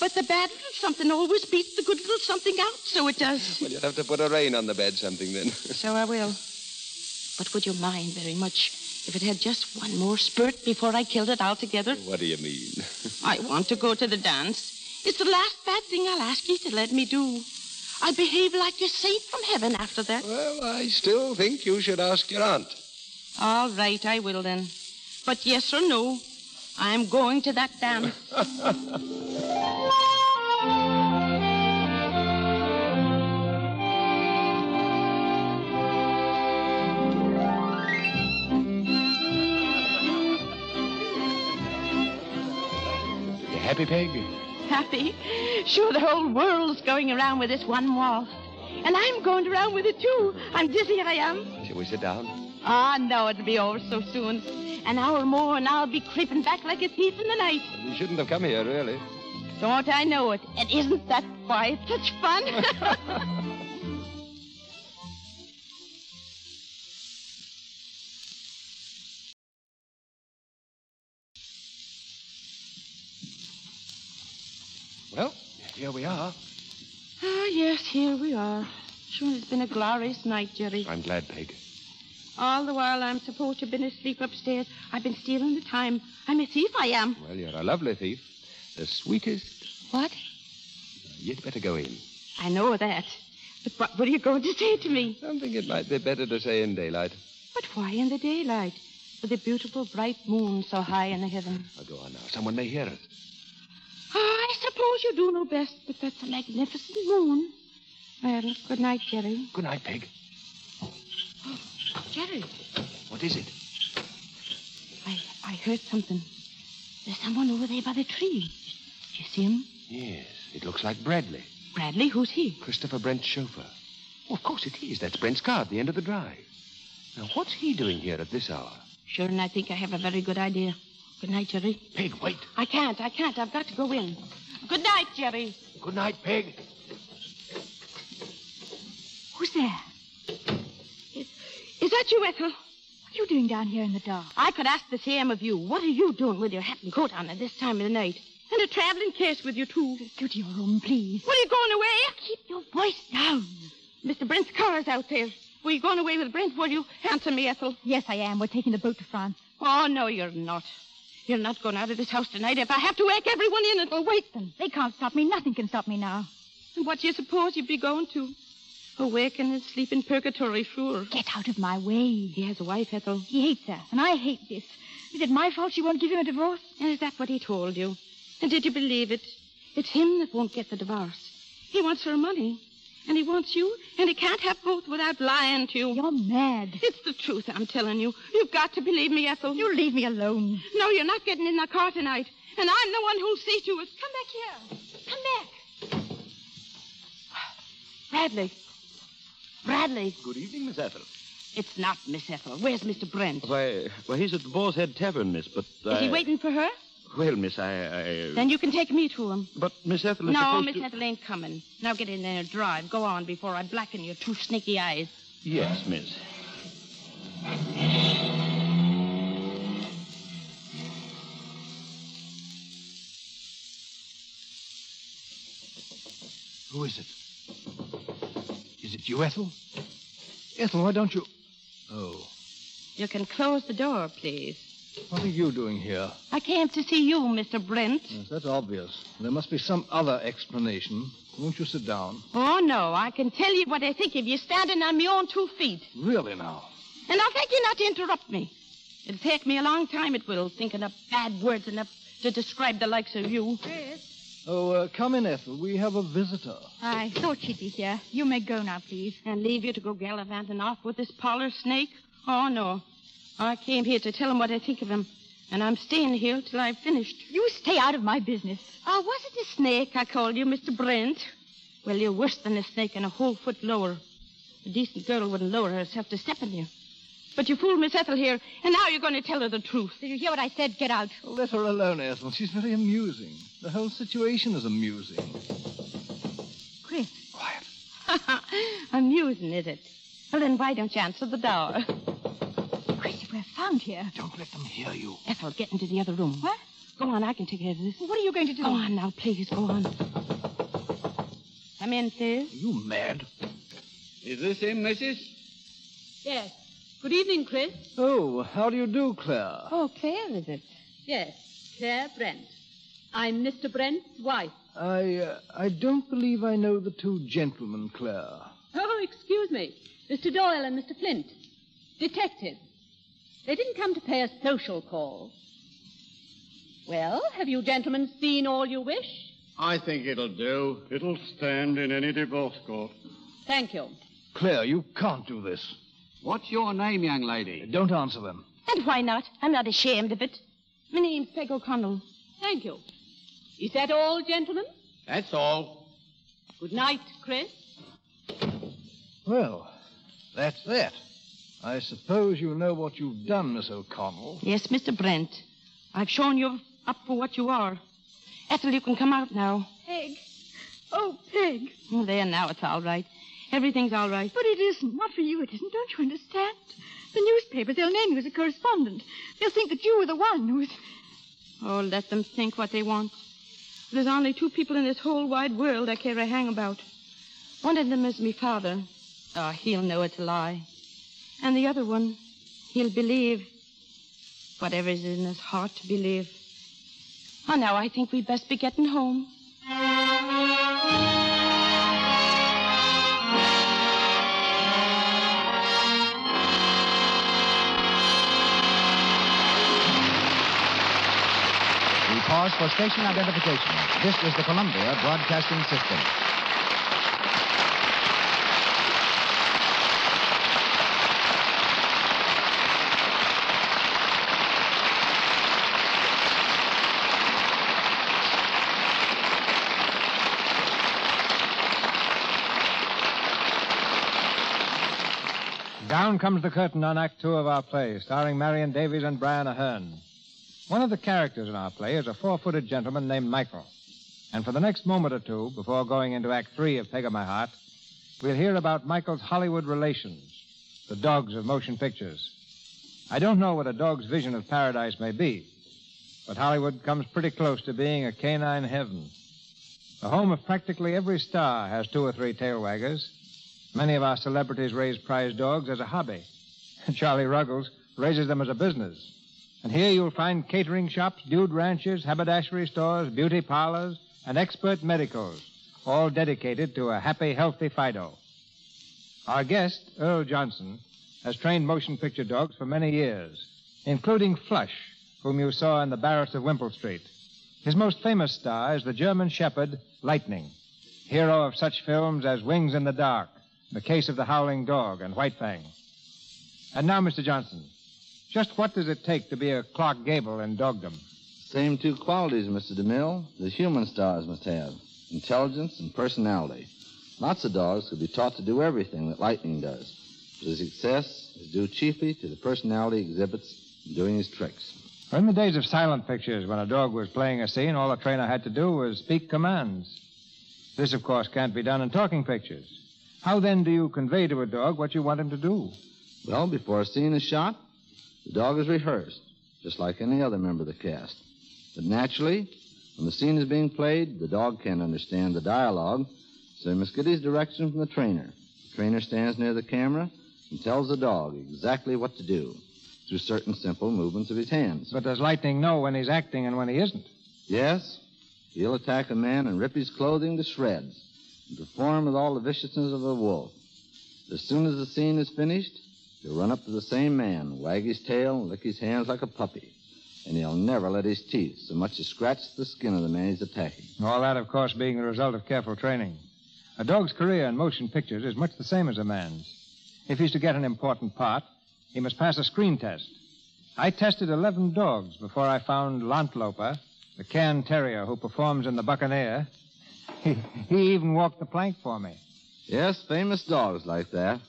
Speaker 5: But the bad little something always beats the good little something out, so
Speaker 1: (laughs)
Speaker 5: it does.
Speaker 1: Well, you'll have to put a rain on the bed something then. (laughs)
Speaker 5: So I will. But would you mind very much if it had just one more spurt before I killed it altogether?
Speaker 1: what do you mean?
Speaker 5: I want to go to the dance. It's the last bad thing I'll ask you to let me do. I'll behave like a saint from heaven after that.
Speaker 1: Well, I still think you should ask your aunt.
Speaker 5: All right, I will then. But yes or no, I'm going to that dance.
Speaker 11: You happy, Peg?
Speaker 5: Happy? Sure, the whole world's going around with this one wall. And I'm going around with it, too. I'm dizzy, I am.
Speaker 1: Shall we sit down?
Speaker 5: Ah, no, it'll be over so soon. An hour more, and I'll be creeping back like a thief in the night.
Speaker 1: We shouldn't have come here, really.
Speaker 5: Don't I know it? And isn't that why it's such fun? (laughs)
Speaker 1: Well, here we are.
Speaker 5: ah, yes, here we are. Sure, it's been a glorious night, Jerry.
Speaker 1: I'm glad, Peg.
Speaker 5: All the while I'm supposed to have been asleep upstairs, I've been stealing the time. I'm a thief, I am.
Speaker 1: Well, you're a lovely thief. The sweetest.
Speaker 5: What?
Speaker 1: You'd better go in.
Speaker 5: I know that. But what, what are you going to say to me?
Speaker 1: Something it might be better to say in daylight.
Speaker 5: But why in the daylight? With the beautiful bright moon so high in the heaven.
Speaker 1: Now, go on now. Someone may hear us.
Speaker 5: Ah, I suppose you do know best, but that's a magnificent moon. Well, good night, Jerry.
Speaker 1: Good night, Peg.
Speaker 5: Jerry,
Speaker 1: What is it?
Speaker 5: I, I heard something. There's someone over there by the tree. Do you see him?
Speaker 1: Yes, it looks like Bradley.
Speaker 5: Bradley, who's he?
Speaker 1: Christopher Brent's chauffeur. Oh, of course it is. That's Brent's car at the end of the drive. Now, what's he doing here at this hour?
Speaker 5: Sure, and I think I have a very good idea. Good night, Jerry.
Speaker 1: Peg, wait.
Speaker 5: I can't, I can't. I've got to go in. Good night, Jerry.
Speaker 1: Good night, Peg.
Speaker 12: Who's there?
Speaker 5: Is that you, Ethel?
Speaker 12: What are you doing down here in the dark?
Speaker 5: I could ask the same of you. What are you doing with your hat and coat on at this time of the night? And a traveling case with you, too.
Speaker 12: Go to your room, please.
Speaker 5: What are you going away?
Speaker 12: Keep your voice down.
Speaker 5: Mr. Brent's car is out there. Were you going away with Brent, were you? Answer me, Ethel.
Speaker 12: Yes, I am. We're taking the boat to France.
Speaker 5: Oh, no, you're not. You're not going out of this house tonight. If I have to wake everyone in, it'll wake them.
Speaker 12: They can't stop me. Nothing can stop me now.
Speaker 5: And what do you suppose you'd be going to? Awaken and sleep in purgatory, sure.
Speaker 12: Get out of my way.
Speaker 5: He has a wife, Ethel.
Speaker 12: He hates her, and I hate this. Is it my fault she won't give him a divorce?
Speaker 5: And is that what he told you? And did you believe it? It's him that won't get the divorce. He wants her money. And he wants you, and he can't have both without lying to you.
Speaker 12: You're mad.
Speaker 5: It's the truth I'm telling you. You've got to believe me, Ethel.
Speaker 12: You leave me alone.
Speaker 5: No, you're not getting in the car tonight. And I'm the one who'll see to it. Come back here. Come back. Bradley. Bradley.
Speaker 6: Good evening, Miss Ethel.
Speaker 5: It's not Miss Ethel. Where's Mr. Brent?
Speaker 6: Why, why, he's at the Boar's Head Tavern, Miss, but.
Speaker 5: Is he waiting for her?
Speaker 6: Well, Miss, I. I
Speaker 5: Then you can take me to him.
Speaker 6: But Miss Ethel is
Speaker 5: No,
Speaker 6: supposed
Speaker 5: Miss
Speaker 6: to-
Speaker 5: Ethel ain't coming. Now get in there and drive. Go on before I blacken your two sneaky eyes.
Speaker 6: Yes, Miss.
Speaker 11: Who is it? Is it you, Ethel? Ethel, why don't you. Oh.
Speaker 5: You can close the door, please.
Speaker 11: What are you doing here?
Speaker 5: I came to see you, Mr. Brent.
Speaker 11: Yes, Mm. that's obvious. There must be some other explanation. Won't you sit down?
Speaker 5: Oh, no, I can tell you what I think of you standing on me own two feet.
Speaker 11: Really now?
Speaker 5: And I thank you not to interrupt me. It'll take me a long time, it will, thinking up bad words enough to describe the likes of you.
Speaker 11: Oh, uh, come in, Ethel. We have a visitor.
Speaker 12: I thought she'd be here. You may go now, please.
Speaker 5: And leave you to go gallivanting off with this parlor snake? Oh, no. I came here to tell him what I think of him, and I'm staying here till I've finished.
Speaker 12: You stay out of my business.
Speaker 5: Oh, was it a snake I called you, Mr. Brent? Well, you're worse than a snake and a whole foot lower. A decent girl wouldn't lower herself to step on you. But you fooled Miss Ethel here, and now you're going to tell her the truth.
Speaker 12: Did you hear what I said? Get out.
Speaker 11: Let her alone, Ethel. She's very amusing. The whole situation is amusing.
Speaker 5: Chris. (laughs) Quiet. Amusing, is it? Well, then why don't you answer the door?
Speaker 12: Chris, we're found here.
Speaker 11: Don't let them hear you.
Speaker 5: Ethel, get into the other room. What? Go on, I can take care of this.
Speaker 12: What are you going to do?
Speaker 5: Go on now, please, go on. Come in, please.
Speaker 11: You mad?
Speaker 14: Is this him, missus?
Speaker 10: Yes. Good evening, Chris.
Speaker 11: Oh, how do you do, Claire?
Speaker 10: Oh, Claire, is it? Yes, Claire Brent. I'm Mr. Brent's wife.
Speaker 11: I uh, I don't believe I know the two gentlemen, Claire.
Speaker 10: Oh, excuse me. Mr. Doyle and Mr. Flint. Detectives. They didn't come to pay a social call. Well, have you gentlemen seen all you wish?
Speaker 6: I think it'll do. It'll stand in any divorce court.
Speaker 10: Thank you.
Speaker 11: Claire, you can't do this. Uh,
Speaker 15: What's your name, young lady?
Speaker 11: Don't answer them.
Speaker 5: And why not? I'm not ashamed of it. My name's Peg O'Connell.
Speaker 10: Thank you. Is that all, gentlemen?
Speaker 15: That's all.
Speaker 10: Good night, Chris.
Speaker 11: Well, that's that. I suppose you know what you've done, Miss O'Connell.
Speaker 5: Yes, Mr. Brent. I've shown you up for what you are. Ethel, you can come out now.
Speaker 12: Peg. Oh, Peg.
Speaker 5: Oh, there, now it's all right. Everything's all right.
Speaker 12: But it isn't. Not for you, it isn't. Don't you understand? The newspapers, they'll name you as a correspondent. They'll think that you were the one who was.
Speaker 5: Oh, let them think what they want. There's only two people in this whole wide world I care a hang about. One of them is me father. Oh, he'll know it's a lie. And the other one, he'll believe whatever's in his heart to believe. Oh, now I think we'd best be getting home.
Speaker 2: We pause for station identification. This is the Columbia Broadcasting System.
Speaker 3: Down comes the curtain on Act Two of our play, starring Marion Davies and Brian Ahern. One of the characters in our play is a four footed gentleman named Michael. And for the next moment or two, before going into Act Three of Peg of My Heart, we'll hear about Michael's Hollywood relations, the dogs of motion pictures. I don't know what a dog's vision of paradise may be, but Hollywood comes pretty close to being a canine heaven. The home of practically every star has two or three tail waggers. Many of our celebrities raise prize dogs as a hobby. (laughs) Charlie Ruggles raises them as a business. And here you'll find catering shops, dude ranches, haberdashery stores, beauty parlors, and expert medicals, all dedicated to a happy, healthy Fido. Our guest, Earl Johnson, has trained motion picture dogs for many years, including Flush, whom you saw in the Barracks of Wimple Street. His most famous star is the German Shepherd, Lightning, hero of such films as Wings in the Dark, The Case of the Howling Dog, and White Fang. And now, Mr. Johnson, just what does it take to be a Clark Gable in dogdom?
Speaker 16: Same two qualities, Mr. DeMille, the human stars must have intelligence and personality. Lots of dogs could be taught to do everything that Lightning does, but his success is due chiefly to the personality he exhibits in doing his tricks.
Speaker 3: Or in the days of silent pictures, when a dog was playing a scene, all a trainer had to do was speak commands. This, of course, can't be done in talking pictures. How then do you convey to a dog what you want him to do?
Speaker 16: Well, before a scene is shot, the dog is rehearsed, just like any other member of the cast. But naturally, when the scene is being played, the dog can't understand the dialogue, so he must get his direction from the trainer. The trainer stands near the camera and tells the dog exactly what to do. through certain simple movements of his hands.
Speaker 3: But does Lightning know when he's acting and when he isn't?
Speaker 16: Yes, he'll attack a man and rip his clothing to shreds and perform with all the viciousness of a wolf. As soon as the scene is finished, he'll run up to the same man, wag his tail, and lick his hands like a puppy. And he'll never let his teeth so much as scratch the skin of the man he's attacking.
Speaker 3: All that, of course, being the result of careful training. A dog's career in motion pictures is much the same as a man's. If he's to get an important part, he must pass a screen test. I tested 11 dogs before I found Lantloper, the can terrier who performs in The Buccaneer. (laughs) He, he even walked the plank for me.
Speaker 16: Yes, famous dogs like that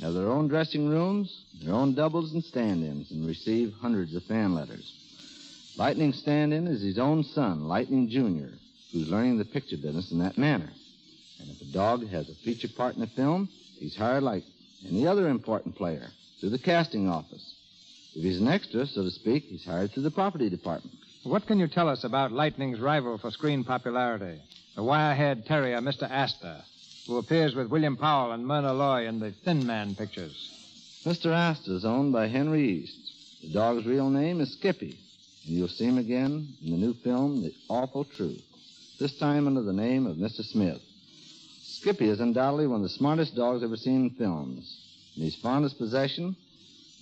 Speaker 16: have their own dressing rooms, their own doubles and stand ins, and receive hundreds of fan letters. Lightning stand in is his own son, Lightning Jr., who's learning the picture business in that manner. And if a dog has a feature part in a film, he's hired like any other important player through the casting office. If he's an extra, so to speak, he's hired through the property department.
Speaker 3: What can you tell us about Lightning's rival for screen popularity, the wire-haired terrier Mr. Astor, who appears with William Powell and Myrna Loy in the Thin Man pictures?
Speaker 16: Mr. Astor's owned by Henry East. The dog's real name is Skippy, and you'll see him again in the new film, The Awful Truth, this time under the name of Mr. Smith. Skippy is undoubtedly one of the smartest dogs ever seen in films, and his fondest possession,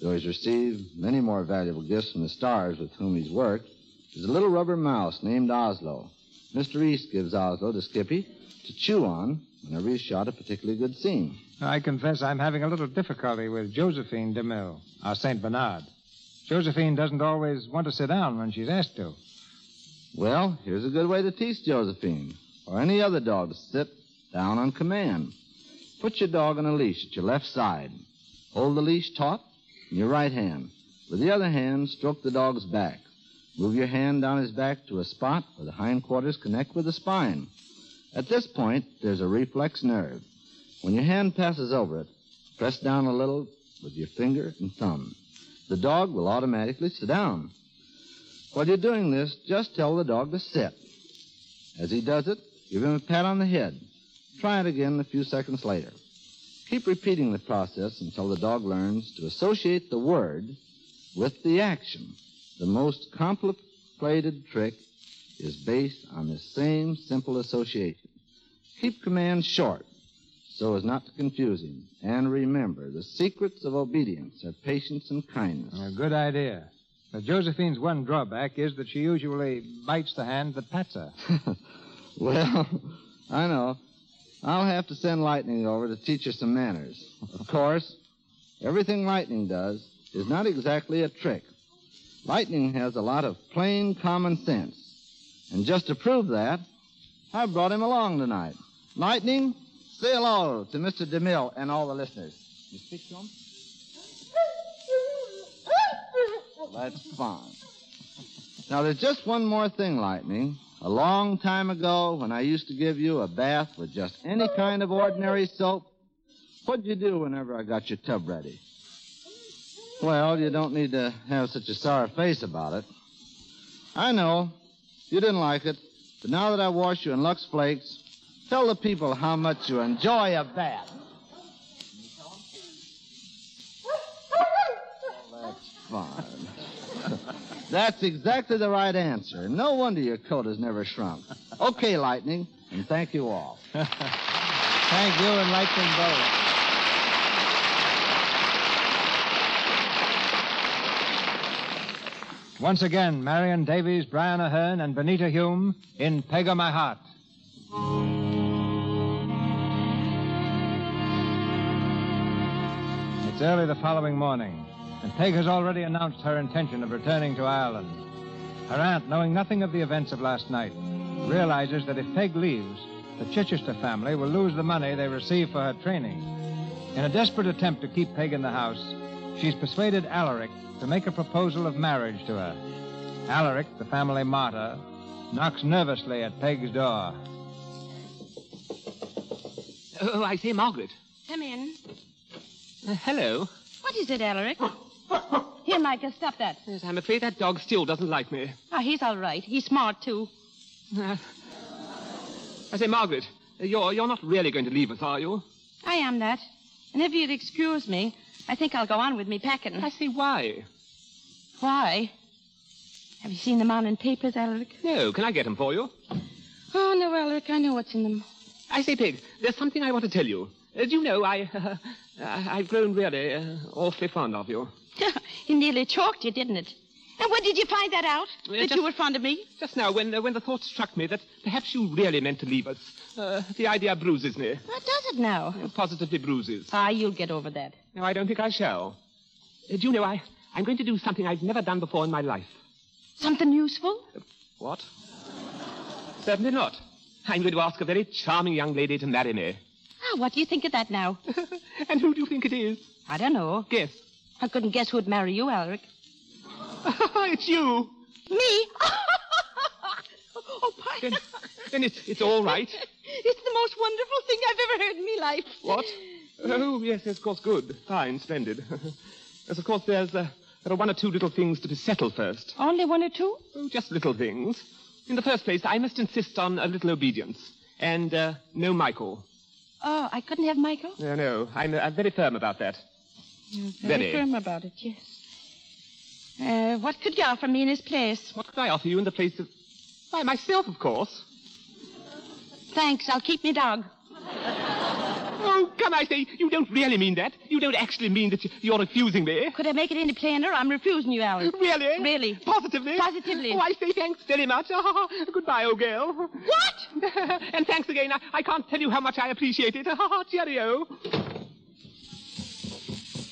Speaker 16: though he's received many more valuable gifts from the stars with whom he's worked, is a little rubber mouse named Oslo. Mr. East gives Oslo to Skippy to chew on whenever he's shot a particularly good scene.
Speaker 3: I confess I'm having a little difficulty with Josephine DeMille, our St. Bernard. Josephine doesn't always want to sit down when she's asked to.
Speaker 16: Well, here's a good way to teach Josephine, or any other dog, to sit down on command. Put your dog on a leash at your left side. Hold the leash taut in your right hand. With the other hand, stroke the dog's back. Move your hand down his back to a spot where the hindquarters connect with the spine. At this point, there's a reflex nerve. When your hand passes over it, press down a little with your finger and thumb. The dog will automatically sit down. While you're doing this, just tell the dog to sit. As he does it, give him a pat on the head. Try it again a few seconds later. Keep repeating the process until the dog learns to associate the word with the action. The most complicated trick is based on the same simple association. Keep commands short so as not to confuse him. And remember, the secrets of obedience are patience and kindness.
Speaker 3: A good idea. But Josephine's one drawback is that she usually bites the hand that pats her.
Speaker 16: (laughs) Well, I know. I'll have to send Lightning over to teach her some manners. Of course, everything Lightning does is not exactly a trick. Lightning has a lot of plain common sense. And just to prove that, I brought him along tonight. Lightning, say hello to Mr. DeMille and all the listeners. You speak to him? That's fine. Now, there's just one more thing, Lightning. A long time ago, when I used to give you a bath with just any kind of ordinary soap, what'd you do whenever I got your tub ready? Well, you don't need to have such a sour face about it. I know. You didn't like it. But now that I wash you in Lux Flakes, tell the people how much you enjoy a bath. Fine. (laughs) That's exactly the right answer. No wonder your coat has never shrunk. Okay, Lightning, and thank you all.
Speaker 3: Thank you and Lightning both. Once again, Marion Davies, Brian Ahern, and Benita Hume in Peg of My Heart. It's early the following morning, and Peg has already announced her intention of returning to Ireland. Her aunt, knowing nothing of the events of last night, realizes that if Peg leaves, the Chichester family will lose the money they receive for her training. In a desperate attempt to keep Peg in the house, she's persuaded Alaric to make a proposal of marriage to her. Alaric, the family martyr, knocks nervously at Peg's door.
Speaker 8: Oh, I say, Margaret.
Speaker 5: Come in.
Speaker 8: Uh, hello.
Speaker 5: What is it, Alaric? Here, Micah, stop that.
Speaker 8: Yes, I'm afraid that dog still doesn't like me.
Speaker 17: Ah,
Speaker 5: Oh, he's all right. He's smart, too.
Speaker 8: Uh, I say, Margaret, you're, you're not really going to leave us, are you?
Speaker 5: I am that. And if you'd excuse me,
Speaker 17: I think I'll go on with me packing. I
Speaker 8: see why.
Speaker 17: Why? Have you seen the morning papers, Alaric?
Speaker 8: No, can I get them for you?
Speaker 17: Oh, no, Alaric, I know what's in them.
Speaker 8: I say, Pig, there's something I want to tell you. As you know, I,
Speaker 17: (laughs)
Speaker 8: uh, I've grown really uh, awfully fond of you. Uh,
Speaker 17: You nearly choked you, didn't it? And when did you find that out?
Speaker 8: Yeah,
Speaker 17: that
Speaker 8: just-
Speaker 17: you were fond of me?
Speaker 8: Just now, when, uh, when the thought struck me that perhaps you really meant to leave us, uh, the idea bruises me.
Speaker 17: What does it now?
Speaker 8: Positively bruises.
Speaker 17: Ah, you'll get over that.
Speaker 8: No, I don't think I shall. Uh, do you know, I, I'm going to do something I've never done before in my life.
Speaker 17: Something useful?
Speaker 8: What? Certainly not. I'm going to ask a very charming young lady to marry me.
Speaker 17: Ah, what do you think of that now?
Speaker 8: (laughs) and who do you think it is?
Speaker 17: I don't know.
Speaker 8: Guess.
Speaker 17: I couldn't guess who'd marry you, Alaric.
Speaker 8: (laughs) it's you.
Speaker 17: Me?
Speaker 5: Oh, my.
Speaker 8: (laughs) Then, then it's, it's
Speaker 17: (laughs)
Speaker 8: all right.
Speaker 5: It's the most wonderful thing I've ever heard in my life.
Speaker 8: What? Oh, yes, yes, of course, good. Fine, splendid. (laughs) yes, of course, there's, uh, there are one or two little things to be settled first.
Speaker 17: Only one or two?
Speaker 8: Oh, just little things. In the first place, I must insist on a little obedience. And uh, no Michael.
Speaker 17: Oh, I couldn't have Michael?
Speaker 8: No, no, I'm, uh, I'm very firm about that.
Speaker 17: You're
Speaker 8: Very.
Speaker 17: very firm about it, yes. Uh, what could you offer me in his place?
Speaker 8: What could I offer you in the place of... Why, myself, of course.
Speaker 17: Thanks, I'll keep me dog.
Speaker 8: Oh, come, I say, you don't really mean that. You don't actually mean that you- you're refusing me.
Speaker 17: Could I make it any plainer? I'm refusing you, Alec.
Speaker 8: Really?
Speaker 17: Really.
Speaker 8: Positively?
Speaker 17: Positively.
Speaker 8: Oh, I say thanks very much. (laughs) Goodbye, old girl. What? (laughs) and thanks again. I, I can't tell you how much I appreciate it. (laughs) Cheerio.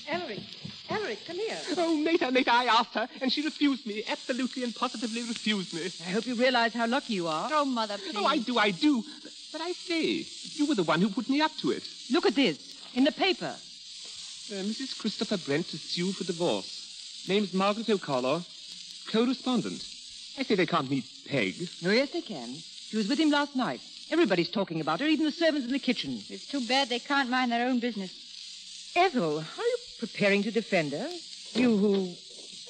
Speaker 18: Elric, Elric, come here.
Speaker 8: Oh, Nita, Nita, I asked her, and she refused me. Absolutely and positively refused me.
Speaker 18: I hope you realize how lucky you are. Oh, Mother, please.
Speaker 8: Oh, I do, I do. But, but I say, you were the one who put me up to it.
Speaker 18: Look at this. In the paper.
Speaker 8: Uh, Mrs. Christopher Brent to sue for divorce. Name's Margaret O'Connor, co-respondent. I say they can't meet Peg.
Speaker 18: Oh, yes, they can. She was with him last night. Everybody's talking about her, even the servants in the kitchen.
Speaker 19: It's too bad they can't mind their own business.
Speaker 18: Ethel, how are you preparing to defend her? You who.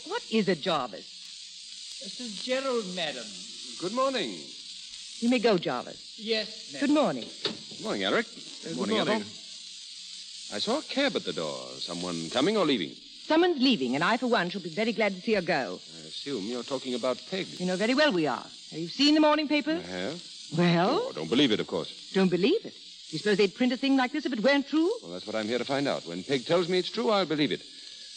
Speaker 18: What is it, Jarvis?
Speaker 20: This is Gerald, madam.
Speaker 1: Good morning.
Speaker 18: You may go, Jarvis.
Speaker 20: Yes,
Speaker 18: Good morning.
Speaker 1: Good morning, Alaric. Good
Speaker 18: morning, morning.
Speaker 1: I saw a cab at the door. Someone coming or leaving?
Speaker 18: Someone's leaving, and I, for one, shall be very glad to see her go.
Speaker 1: I assume you're talking about Peg.
Speaker 18: You know very well we are. Have you seen the morning
Speaker 1: I
Speaker 18: paper?
Speaker 1: have.
Speaker 18: Well,
Speaker 1: Oh, don't believe it, of course.
Speaker 18: don't believe it. You suppose they'd print a thing like this if it weren't true?
Speaker 1: Well, that's what I'm here to find out. When Peg tells me it's true, I'll believe it.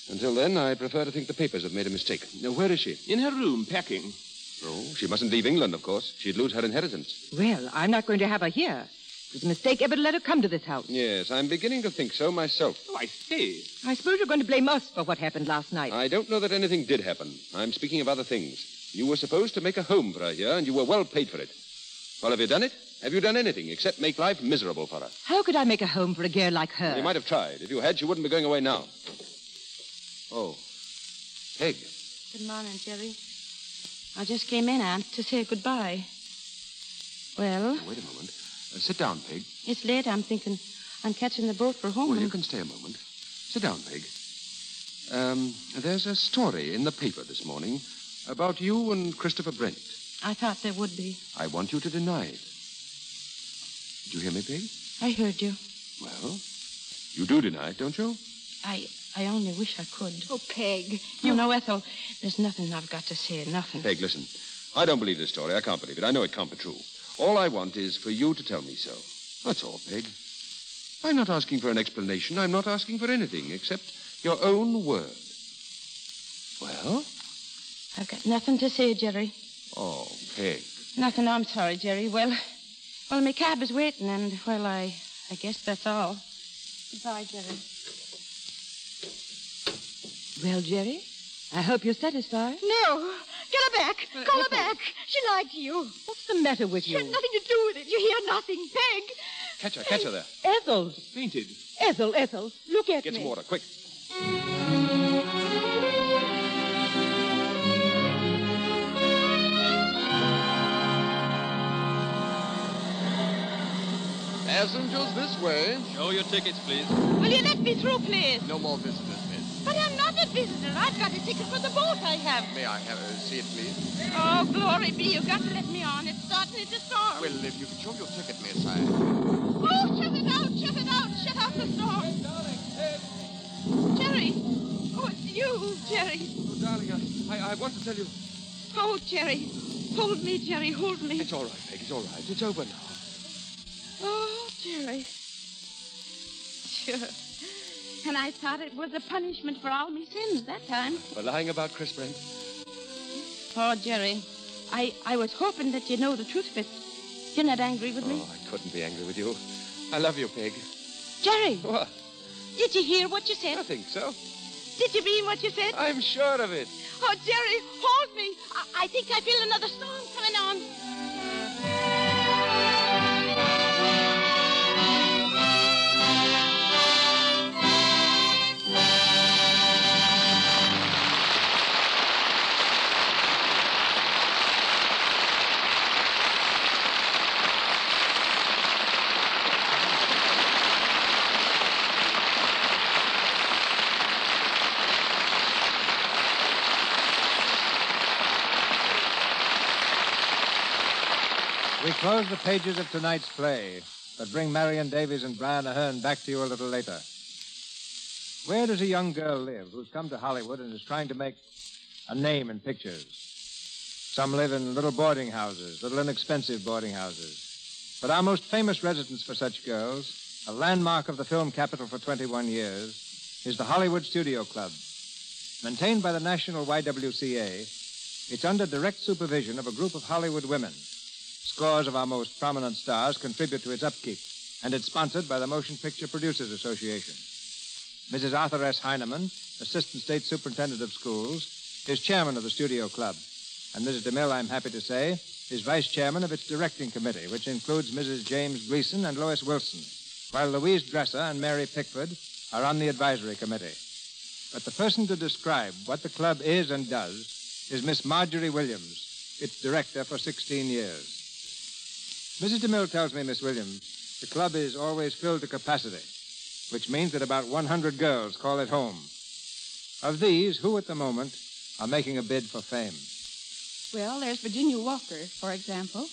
Speaker 1: Until then, I prefer to think the papers have made a mistake. Now, where is she?
Speaker 8: In her room, packing.
Speaker 1: Oh, she mustn't leave England, of course. She'd lose her inheritance.
Speaker 18: Well, I'm not going to have her here. It was a mistake ever to let her come to this house.
Speaker 1: Yes, I'm beginning to think so myself.
Speaker 8: Oh, I see.
Speaker 18: I suppose you're going to blame us for what happened last night.
Speaker 1: I don't know that anything did happen. I'm speaking of other things. You were supposed to make a home for her here, and you were well paid for it. Well, have you done it? Have you done anything except make life miserable for her?
Speaker 18: How could I make a home for a girl like her?
Speaker 1: You might have tried. If you had, she wouldn't be going away now. Oh. Peg.
Speaker 17: Good morning, Jerry. I just came in, Aunt, to say goodbye. Well,
Speaker 1: Wait a moment. Uh, sit down, Peg.
Speaker 17: it's late. I'm thinking I'm catching the boat for home.
Speaker 5: Oh.
Speaker 1: Well, Oh, you can stay a moment. Sit down, Peg. Um, there's a story in the paper this morning about you and Christopher Brent.
Speaker 17: I thought there would be.
Speaker 1: I want you to deny it. Did you hear me, Peg?
Speaker 17: I heard you.
Speaker 1: Well, you do deny it, don't you?
Speaker 17: I I only wish I could. Oh, Peg. You know, Ethel, there's nothing I've got to say. Nothing.
Speaker 1: Peg, listen. I don't believe this story. I can't believe it. I know it can't be true. All I want is for you to tell me so. That's all, Peg. I'm not asking for an explanation. I'm not asking for anything except your own word. Well?
Speaker 17: I've got nothing to say, Jerry.
Speaker 1: Oh, Peg.
Speaker 17: Nothing. I'm sorry, Jerry. Well, well, my cab is waiting, and well, I I guess that's all. Goodbye, Jerry.
Speaker 18: Well, Jerry, I hope you're satisfied.
Speaker 12: No. Get her back.
Speaker 5: Uh,
Speaker 12: Call her back. She lied to you.
Speaker 18: What's the matter with
Speaker 12: She
Speaker 18: you?
Speaker 12: had nothing to do with it. You hear nothing. Peg.
Speaker 1: Catch her, catch her there.
Speaker 18: Ethel,
Speaker 8: Fainted.
Speaker 18: Ethel, Ethel, look at
Speaker 1: Get
Speaker 18: me.
Speaker 1: some water, quick.
Speaker 21: Passengers this way. Show your tickets, please.
Speaker 5: Will you let me through, please?
Speaker 21: No more visitors, miss.
Speaker 5: But I'm not a visitor. I've got a ticket for the boat I have.
Speaker 21: May I have a seat, please?
Speaker 5: Oh, glory be. You've got to let me on. It's starting to storm.
Speaker 21: Well, if you could show your ticket, miss, I...
Speaker 5: Oh, shut it out, shut it out, shut out the storm. Jerry, Oh, Jerry.
Speaker 21: Oh, darling, I, I, I want to tell you.
Speaker 5: Oh, Jerry. Hold me, Jerry. Hold me.
Speaker 21: It's all right, Peg. It's all right. It's over now.
Speaker 5: Oh, Jerry. Sure. And I thought it was a punishment for all my sins that time.
Speaker 21: For lying about Chris Brent.
Speaker 5: Oh, Jerry. I, I was hoping that you know the truth of it. You're not angry with me?
Speaker 21: Oh, I couldn't be angry with you. I love you, Peg.
Speaker 5: Jerry!
Speaker 21: What?
Speaker 5: Did you hear what you said?
Speaker 21: I think so.
Speaker 5: Did you mean what you said?
Speaker 21: Uh, I'm sure of it.
Speaker 5: Oh, Jerry, hold me. I, I think I feel another storm coming on.
Speaker 3: We close the pages of tonight's play, but bring Marion Davies and Brian Ahern back to you a little later. Where does a young girl live who's come to Hollywood and is trying to make a name in pictures? Some live in little boarding houses, little inexpensive boarding houses. But our most famous residence for such girls, a landmark of the film capital for 21 years, is the Hollywood Studio Club. Maintained by the National YWCA, it's under direct supervision of a group of Hollywood women. Scores of our most prominent stars contribute to its upkeep, and it's sponsored by the Motion Picture Producers Association. Mrs. Arthur S. Heineman, Assistant State Superintendent of Schools, is chairman of the Studio Club, and Mrs. DeMille, I'm happy to say, is vice chairman of its directing committee, which includes Mrs. James Gleason and Lois Wilson, while Louise Dresser and Mary Pickford are on the advisory committee. But the person to describe what the club is and does is Miss Marjorie Williams, its director for 16 years. Mrs. DeMille tells me, Miss Williams, the club is always filled to capacity, which means that about 100 girls call it home. Of these, who at the moment are making a bid for fame?
Speaker 19: Well, there's Virginia Walker, for example,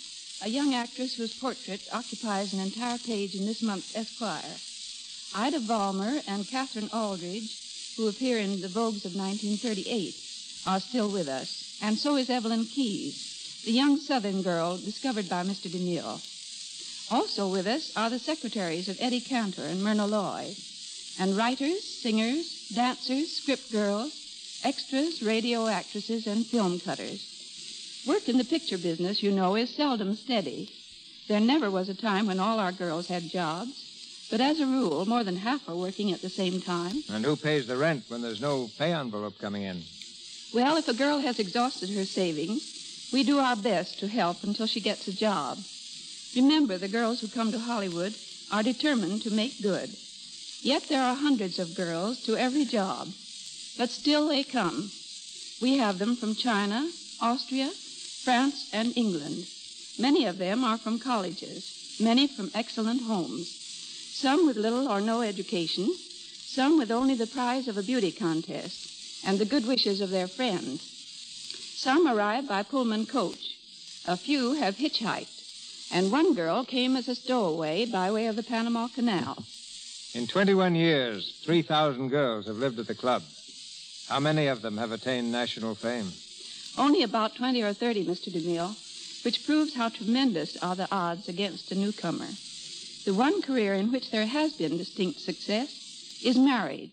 Speaker 19: a young actress whose portrait occupies an entire page in this month's Esquire. Ida Vollmer and Catherine Aldridge, who appear in the Vogues of 1938, are still with us. And so is Evelyn Keyes, the young Southern girl discovered by Mr. DeMille. Also with us are the secretaries of Eddie Cantor and Myrna Loy, and writers, singers, dancers, script girls, extras, radio actresses, and film cutters. Work in the picture business, you know, is seldom steady. There never was a time when all our girls had jobs, but as a rule, more than half are working at the same time.
Speaker 3: And who pays the rent when there's no pay envelope coming in?
Speaker 19: Well, if a girl has exhausted her savings, we do our best to help until she gets a job. Remember, the girls who come to Hollywood are determined to make good. Yet there are hundreds of girls to every job, but still they come. We have them from China, Austria, France, and England. Many of them are from colleges, many from excellent homes, some with little or no education, some with only the prize of a beauty contest and the good wishes of their friends. Some arrive by Pullman coach. A few have hitchhiked. And one girl came as a stowaway by way of the Panama Canal.
Speaker 3: In 21 years, 3,000 girls have lived at the club. How many of them have attained national fame?
Speaker 19: Only about 20 or 30, Mr. DeMille, which proves how tremendous are the odds against a newcomer. The one career in which there has been distinct success is marriage.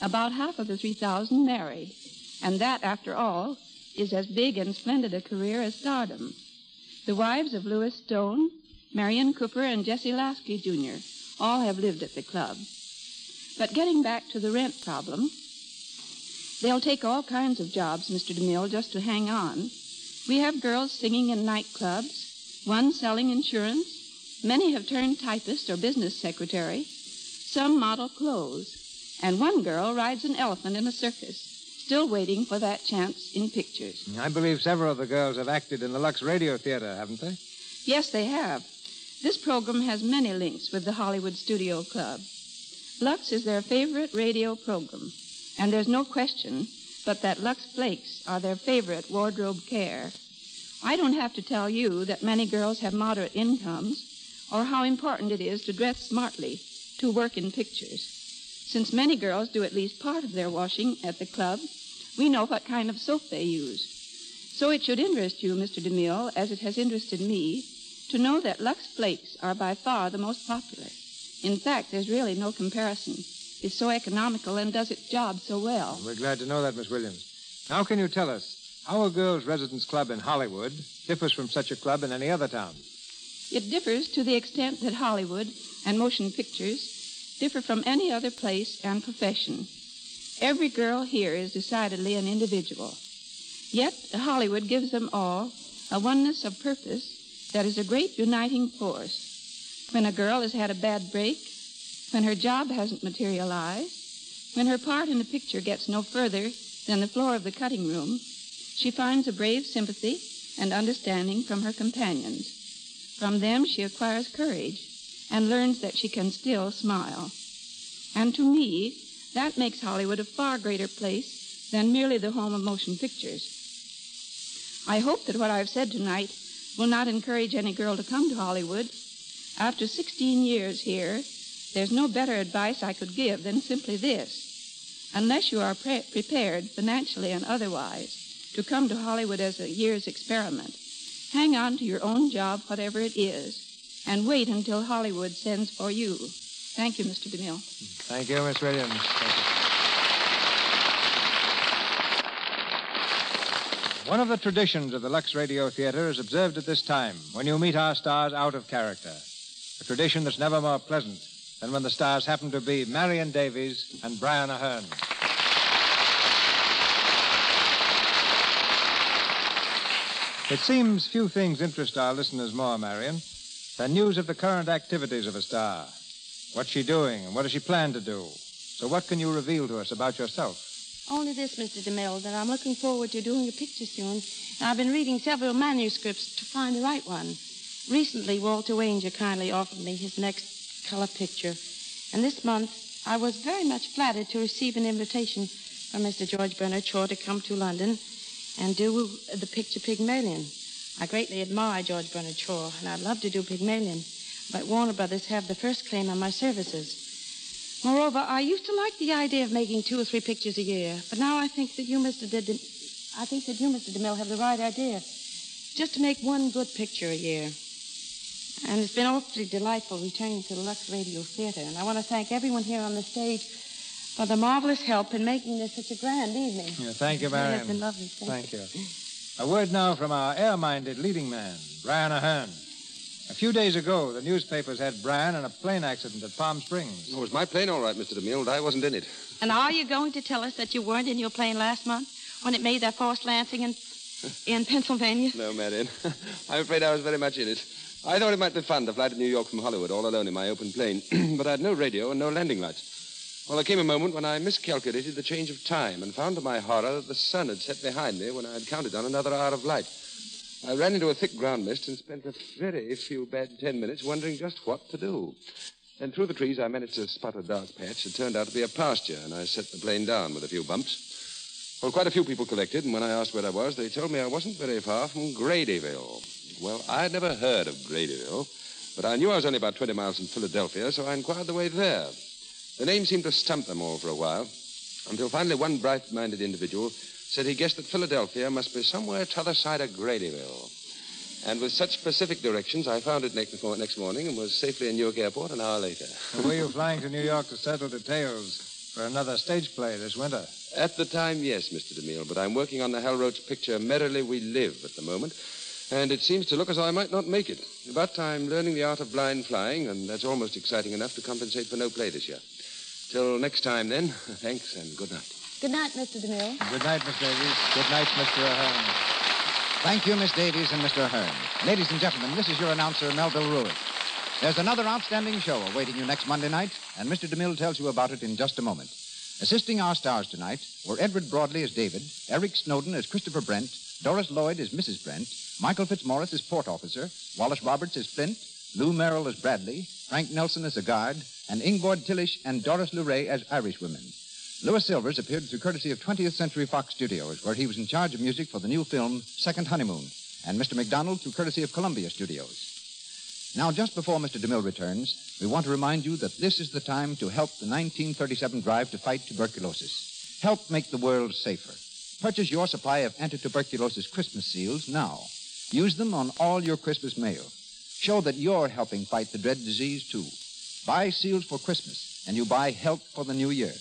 Speaker 19: About half of the 3,000 married, and that, after all, is as big and splendid a career as stardom. The wives of Lewis Stone, Marion Cooper, and Jessie Lasky, Jr., all have lived at the club. But getting back to the rent problem, they'll take all kinds of jobs, Mr. DeMille, just to hang on. We have girls singing in nightclubs, one selling insurance. Many have turned typist or business secretary. Some model clothes. And one girl rides an elephant in a circus, still waiting for that chance in pictures.
Speaker 3: I believe several of the girls have acted in the Lux Radio Theater, haven't they?
Speaker 19: Yes, they have. This program has many links with the Hollywood Studio Club. Lux is their favorite radio program, and there's no question but that Lux Flakes are their favorite wardrobe care. I don't have to tell you that many girls have moderate incomes or how important it is to dress smartly to work in pictures. Since many girls do at least part of their washing at the club, We know what kind of soap they use. So it should interest you, Mr. DeMille, as it has interested me, to know that Lux Flakes are by far the most popular. In fact, there's really no comparison. It's so economical and does its job so well.
Speaker 3: We're glad to know that, Miss Williams. Now, can you tell us how a girls' residence club in Hollywood differs from such a club in any other town?
Speaker 19: It differs to the extent that Hollywood and motion pictures differ from any other place and profession. Every girl here is decidedly an individual. Yet, Hollywood gives them all a oneness of purpose that is a great uniting force. When a girl has had a bad break, when her job hasn't materialized, when her part in the picture gets no further than the floor of the cutting room, she finds a brave sympathy and understanding from her companions. From them, she acquires courage and learns that she can still smile. And to me, that makes Hollywood a far greater place than merely the home of motion pictures. I hope that what I've said tonight will not encourage any girl to come to Hollywood. After 16 years here, there's no better advice I could give than simply this. Unless you are pre- prepared, financially and otherwise, to come to Hollywood as a year's experiment, hang on to your own job, whatever it is, and wait until Hollywood sends for you. Thank you, Mr. DeMille.
Speaker 3: Thank you, Miss Williams. Thank you. One of the traditions of the Lux Radio Theater is observed at this time when you meet our stars out of character. A tradition that's never more pleasant than when the stars happen to be Marion Davies and Brian Ahern. It seems few things interest our listeners more, Marion, than news of the current activities of a star. What's she doing and what does she plan to do? So, what can you reveal to us about yourself?
Speaker 5: Only this, Mr. DeMille, that I'm looking forward to doing a picture soon. And I've been reading several manuscripts to find the right one. Recently, Walter Wanger kindly offered me his next color picture. And this month, I was very much flattered to receive an invitation from Mr. George Bernard Shaw to come to London and do the picture Pygmalion. I greatly admire George Bernard Shaw, and I'd love to do Pygmalion, but Warner Brothers have the first claim on my services. Moreover, I used to like the idea of making two or three pictures a year, but now I think that you, Mr. De, De- I think that you, Mr. DeMille, have the right idea. Just to make one good picture a year. And it's been awfully delightful returning to the Lux Radio Theater, and I want to thank everyone here on the stage for the marvelous help in making this such a grand evening.
Speaker 3: Yeah, thank you,
Speaker 5: It really
Speaker 3: Marion.
Speaker 5: has been lovely. Thank,
Speaker 3: Thank you. A word now from our air minded leading man, Brian Ahern. A few days ago, the newspapers had Brian in a plane accident at Palm Springs.
Speaker 1: It was my plane, all right, Mr. DeMille, and I wasn't in it.
Speaker 5: And are you going to tell us that you weren't in your plane last month when it made that forced landing in, in Pennsylvania?
Speaker 1: No, Marion. (laughs) I'm afraid I was very much in it. I thought it might be fun to fly to New York from Hollywood all alone in my open plane, (clears throat) but I had no radio and no landing lights. Well, there came a moment when I miscalculated the change of time and found to my horror that the sun had set behind me when I had counted on another hour of light. I ran into a thick ground mist and spent a very few bad ten minutes wondering just what to do. Then through the trees, I managed to spot a dark patch that turned out to be a pasture, and I set the plane down with a few bumps. Well, quite a few people collected, and when I asked where I was, they told me I wasn't very far from Gradyville. Well, I'd never heard of Gradyville, but I knew I was only about 20 miles from Philadelphia, so I inquired the way there. The name seemed to stump them all for a while, until finally one bright minded individual said he guessed that Philadelphia must be somewhere t'other side of Gradyville. And with such specific directions, I found it next, mo- next morning and was safely in Newark Airport an hour later.
Speaker 3: Were
Speaker 1: (laughs)
Speaker 3: you flying to New York to settle details for another stage play this winter?
Speaker 1: At the time, yes, Mr. DeMille, but I'm working on the Hal Roach picture Merrily We Live at the moment, and it seems to look as though I might not make it. But I'm learning the art of blind flying, and that's almost exciting enough to compensate for no play this year. Till next time, then, (laughs) thanks and good night.
Speaker 5: Good night, Mr. DeMille.
Speaker 3: Good night, Miss Davies. Good night, Mr. Ahern.
Speaker 2: Thank you, Miss Davies and Mr. Ahern. Ladies and gentlemen, this is your announcer, Melville Ruick. There's another outstanding show awaiting you next Monday night, and Mr. DeMille tells you about it in just a moment. Assisting our stars tonight were Edward Broadley as David, Eric Snowden as Christopher Brent, Doris Lloyd as Mrs. Brent, Michael Fitzmaurice as Port Officer, Wallace Roberts as Flint, Lou Merrill as Bradley, Frank Nelson as a guard, and Ingeborg Tillish and Doris Luray as Irish women. Louis Silvers appeared through courtesy of 20th Century Fox Studios, where he was in charge of music for the new film Second Honeymoon, and Mr. McDonald through courtesy of Columbia Studios. Now, just before Mr. DeMille returns, we want to remind you that this is the time to help the 1937 drive to fight tuberculosis. Help make the world safer. Purchase your supply of antituberculosis Christmas seals now. Use them on all your Christmas mail. Show that you're helping fight the dread disease, too. Buy seals for Christmas, and you buy help for the new year.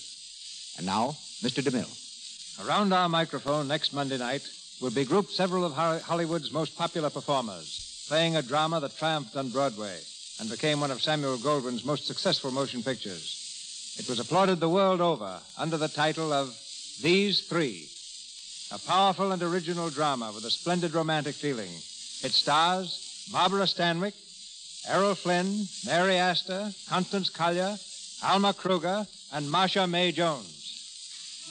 Speaker 2: And now, Mr. DeMille.
Speaker 3: Around our microphone next Monday night will be grouped several of Ho- Hollywood's most popular performers, playing a drama that triumphed on Broadway and became one of Samuel Goldwyn's most successful motion pictures. It was applauded the world over under the title of These Three. A powerful and original drama with a splendid romantic feeling. It stars Barbara Stanwyck, Errol Flynn, Mary Astor, Constance Collier, Alma Kruger, and Marcia May Jones.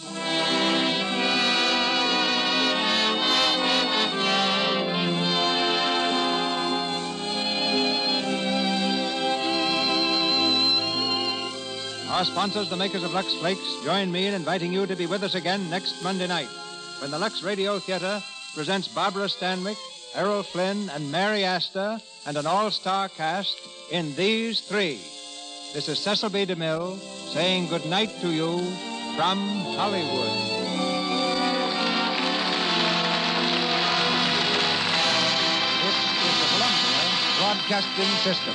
Speaker 3: Our sponsors, the makers of Lux Flakes, join me in inviting you to be with us again next Monday night when the Lux Radio Theater presents Barbara Stanwyck, Errol Flynn, and Mary Astor and an all star cast in These Three. This is Cecil B. DeMille saying good night to you from Hollywood.
Speaker 2: Broadcasting System.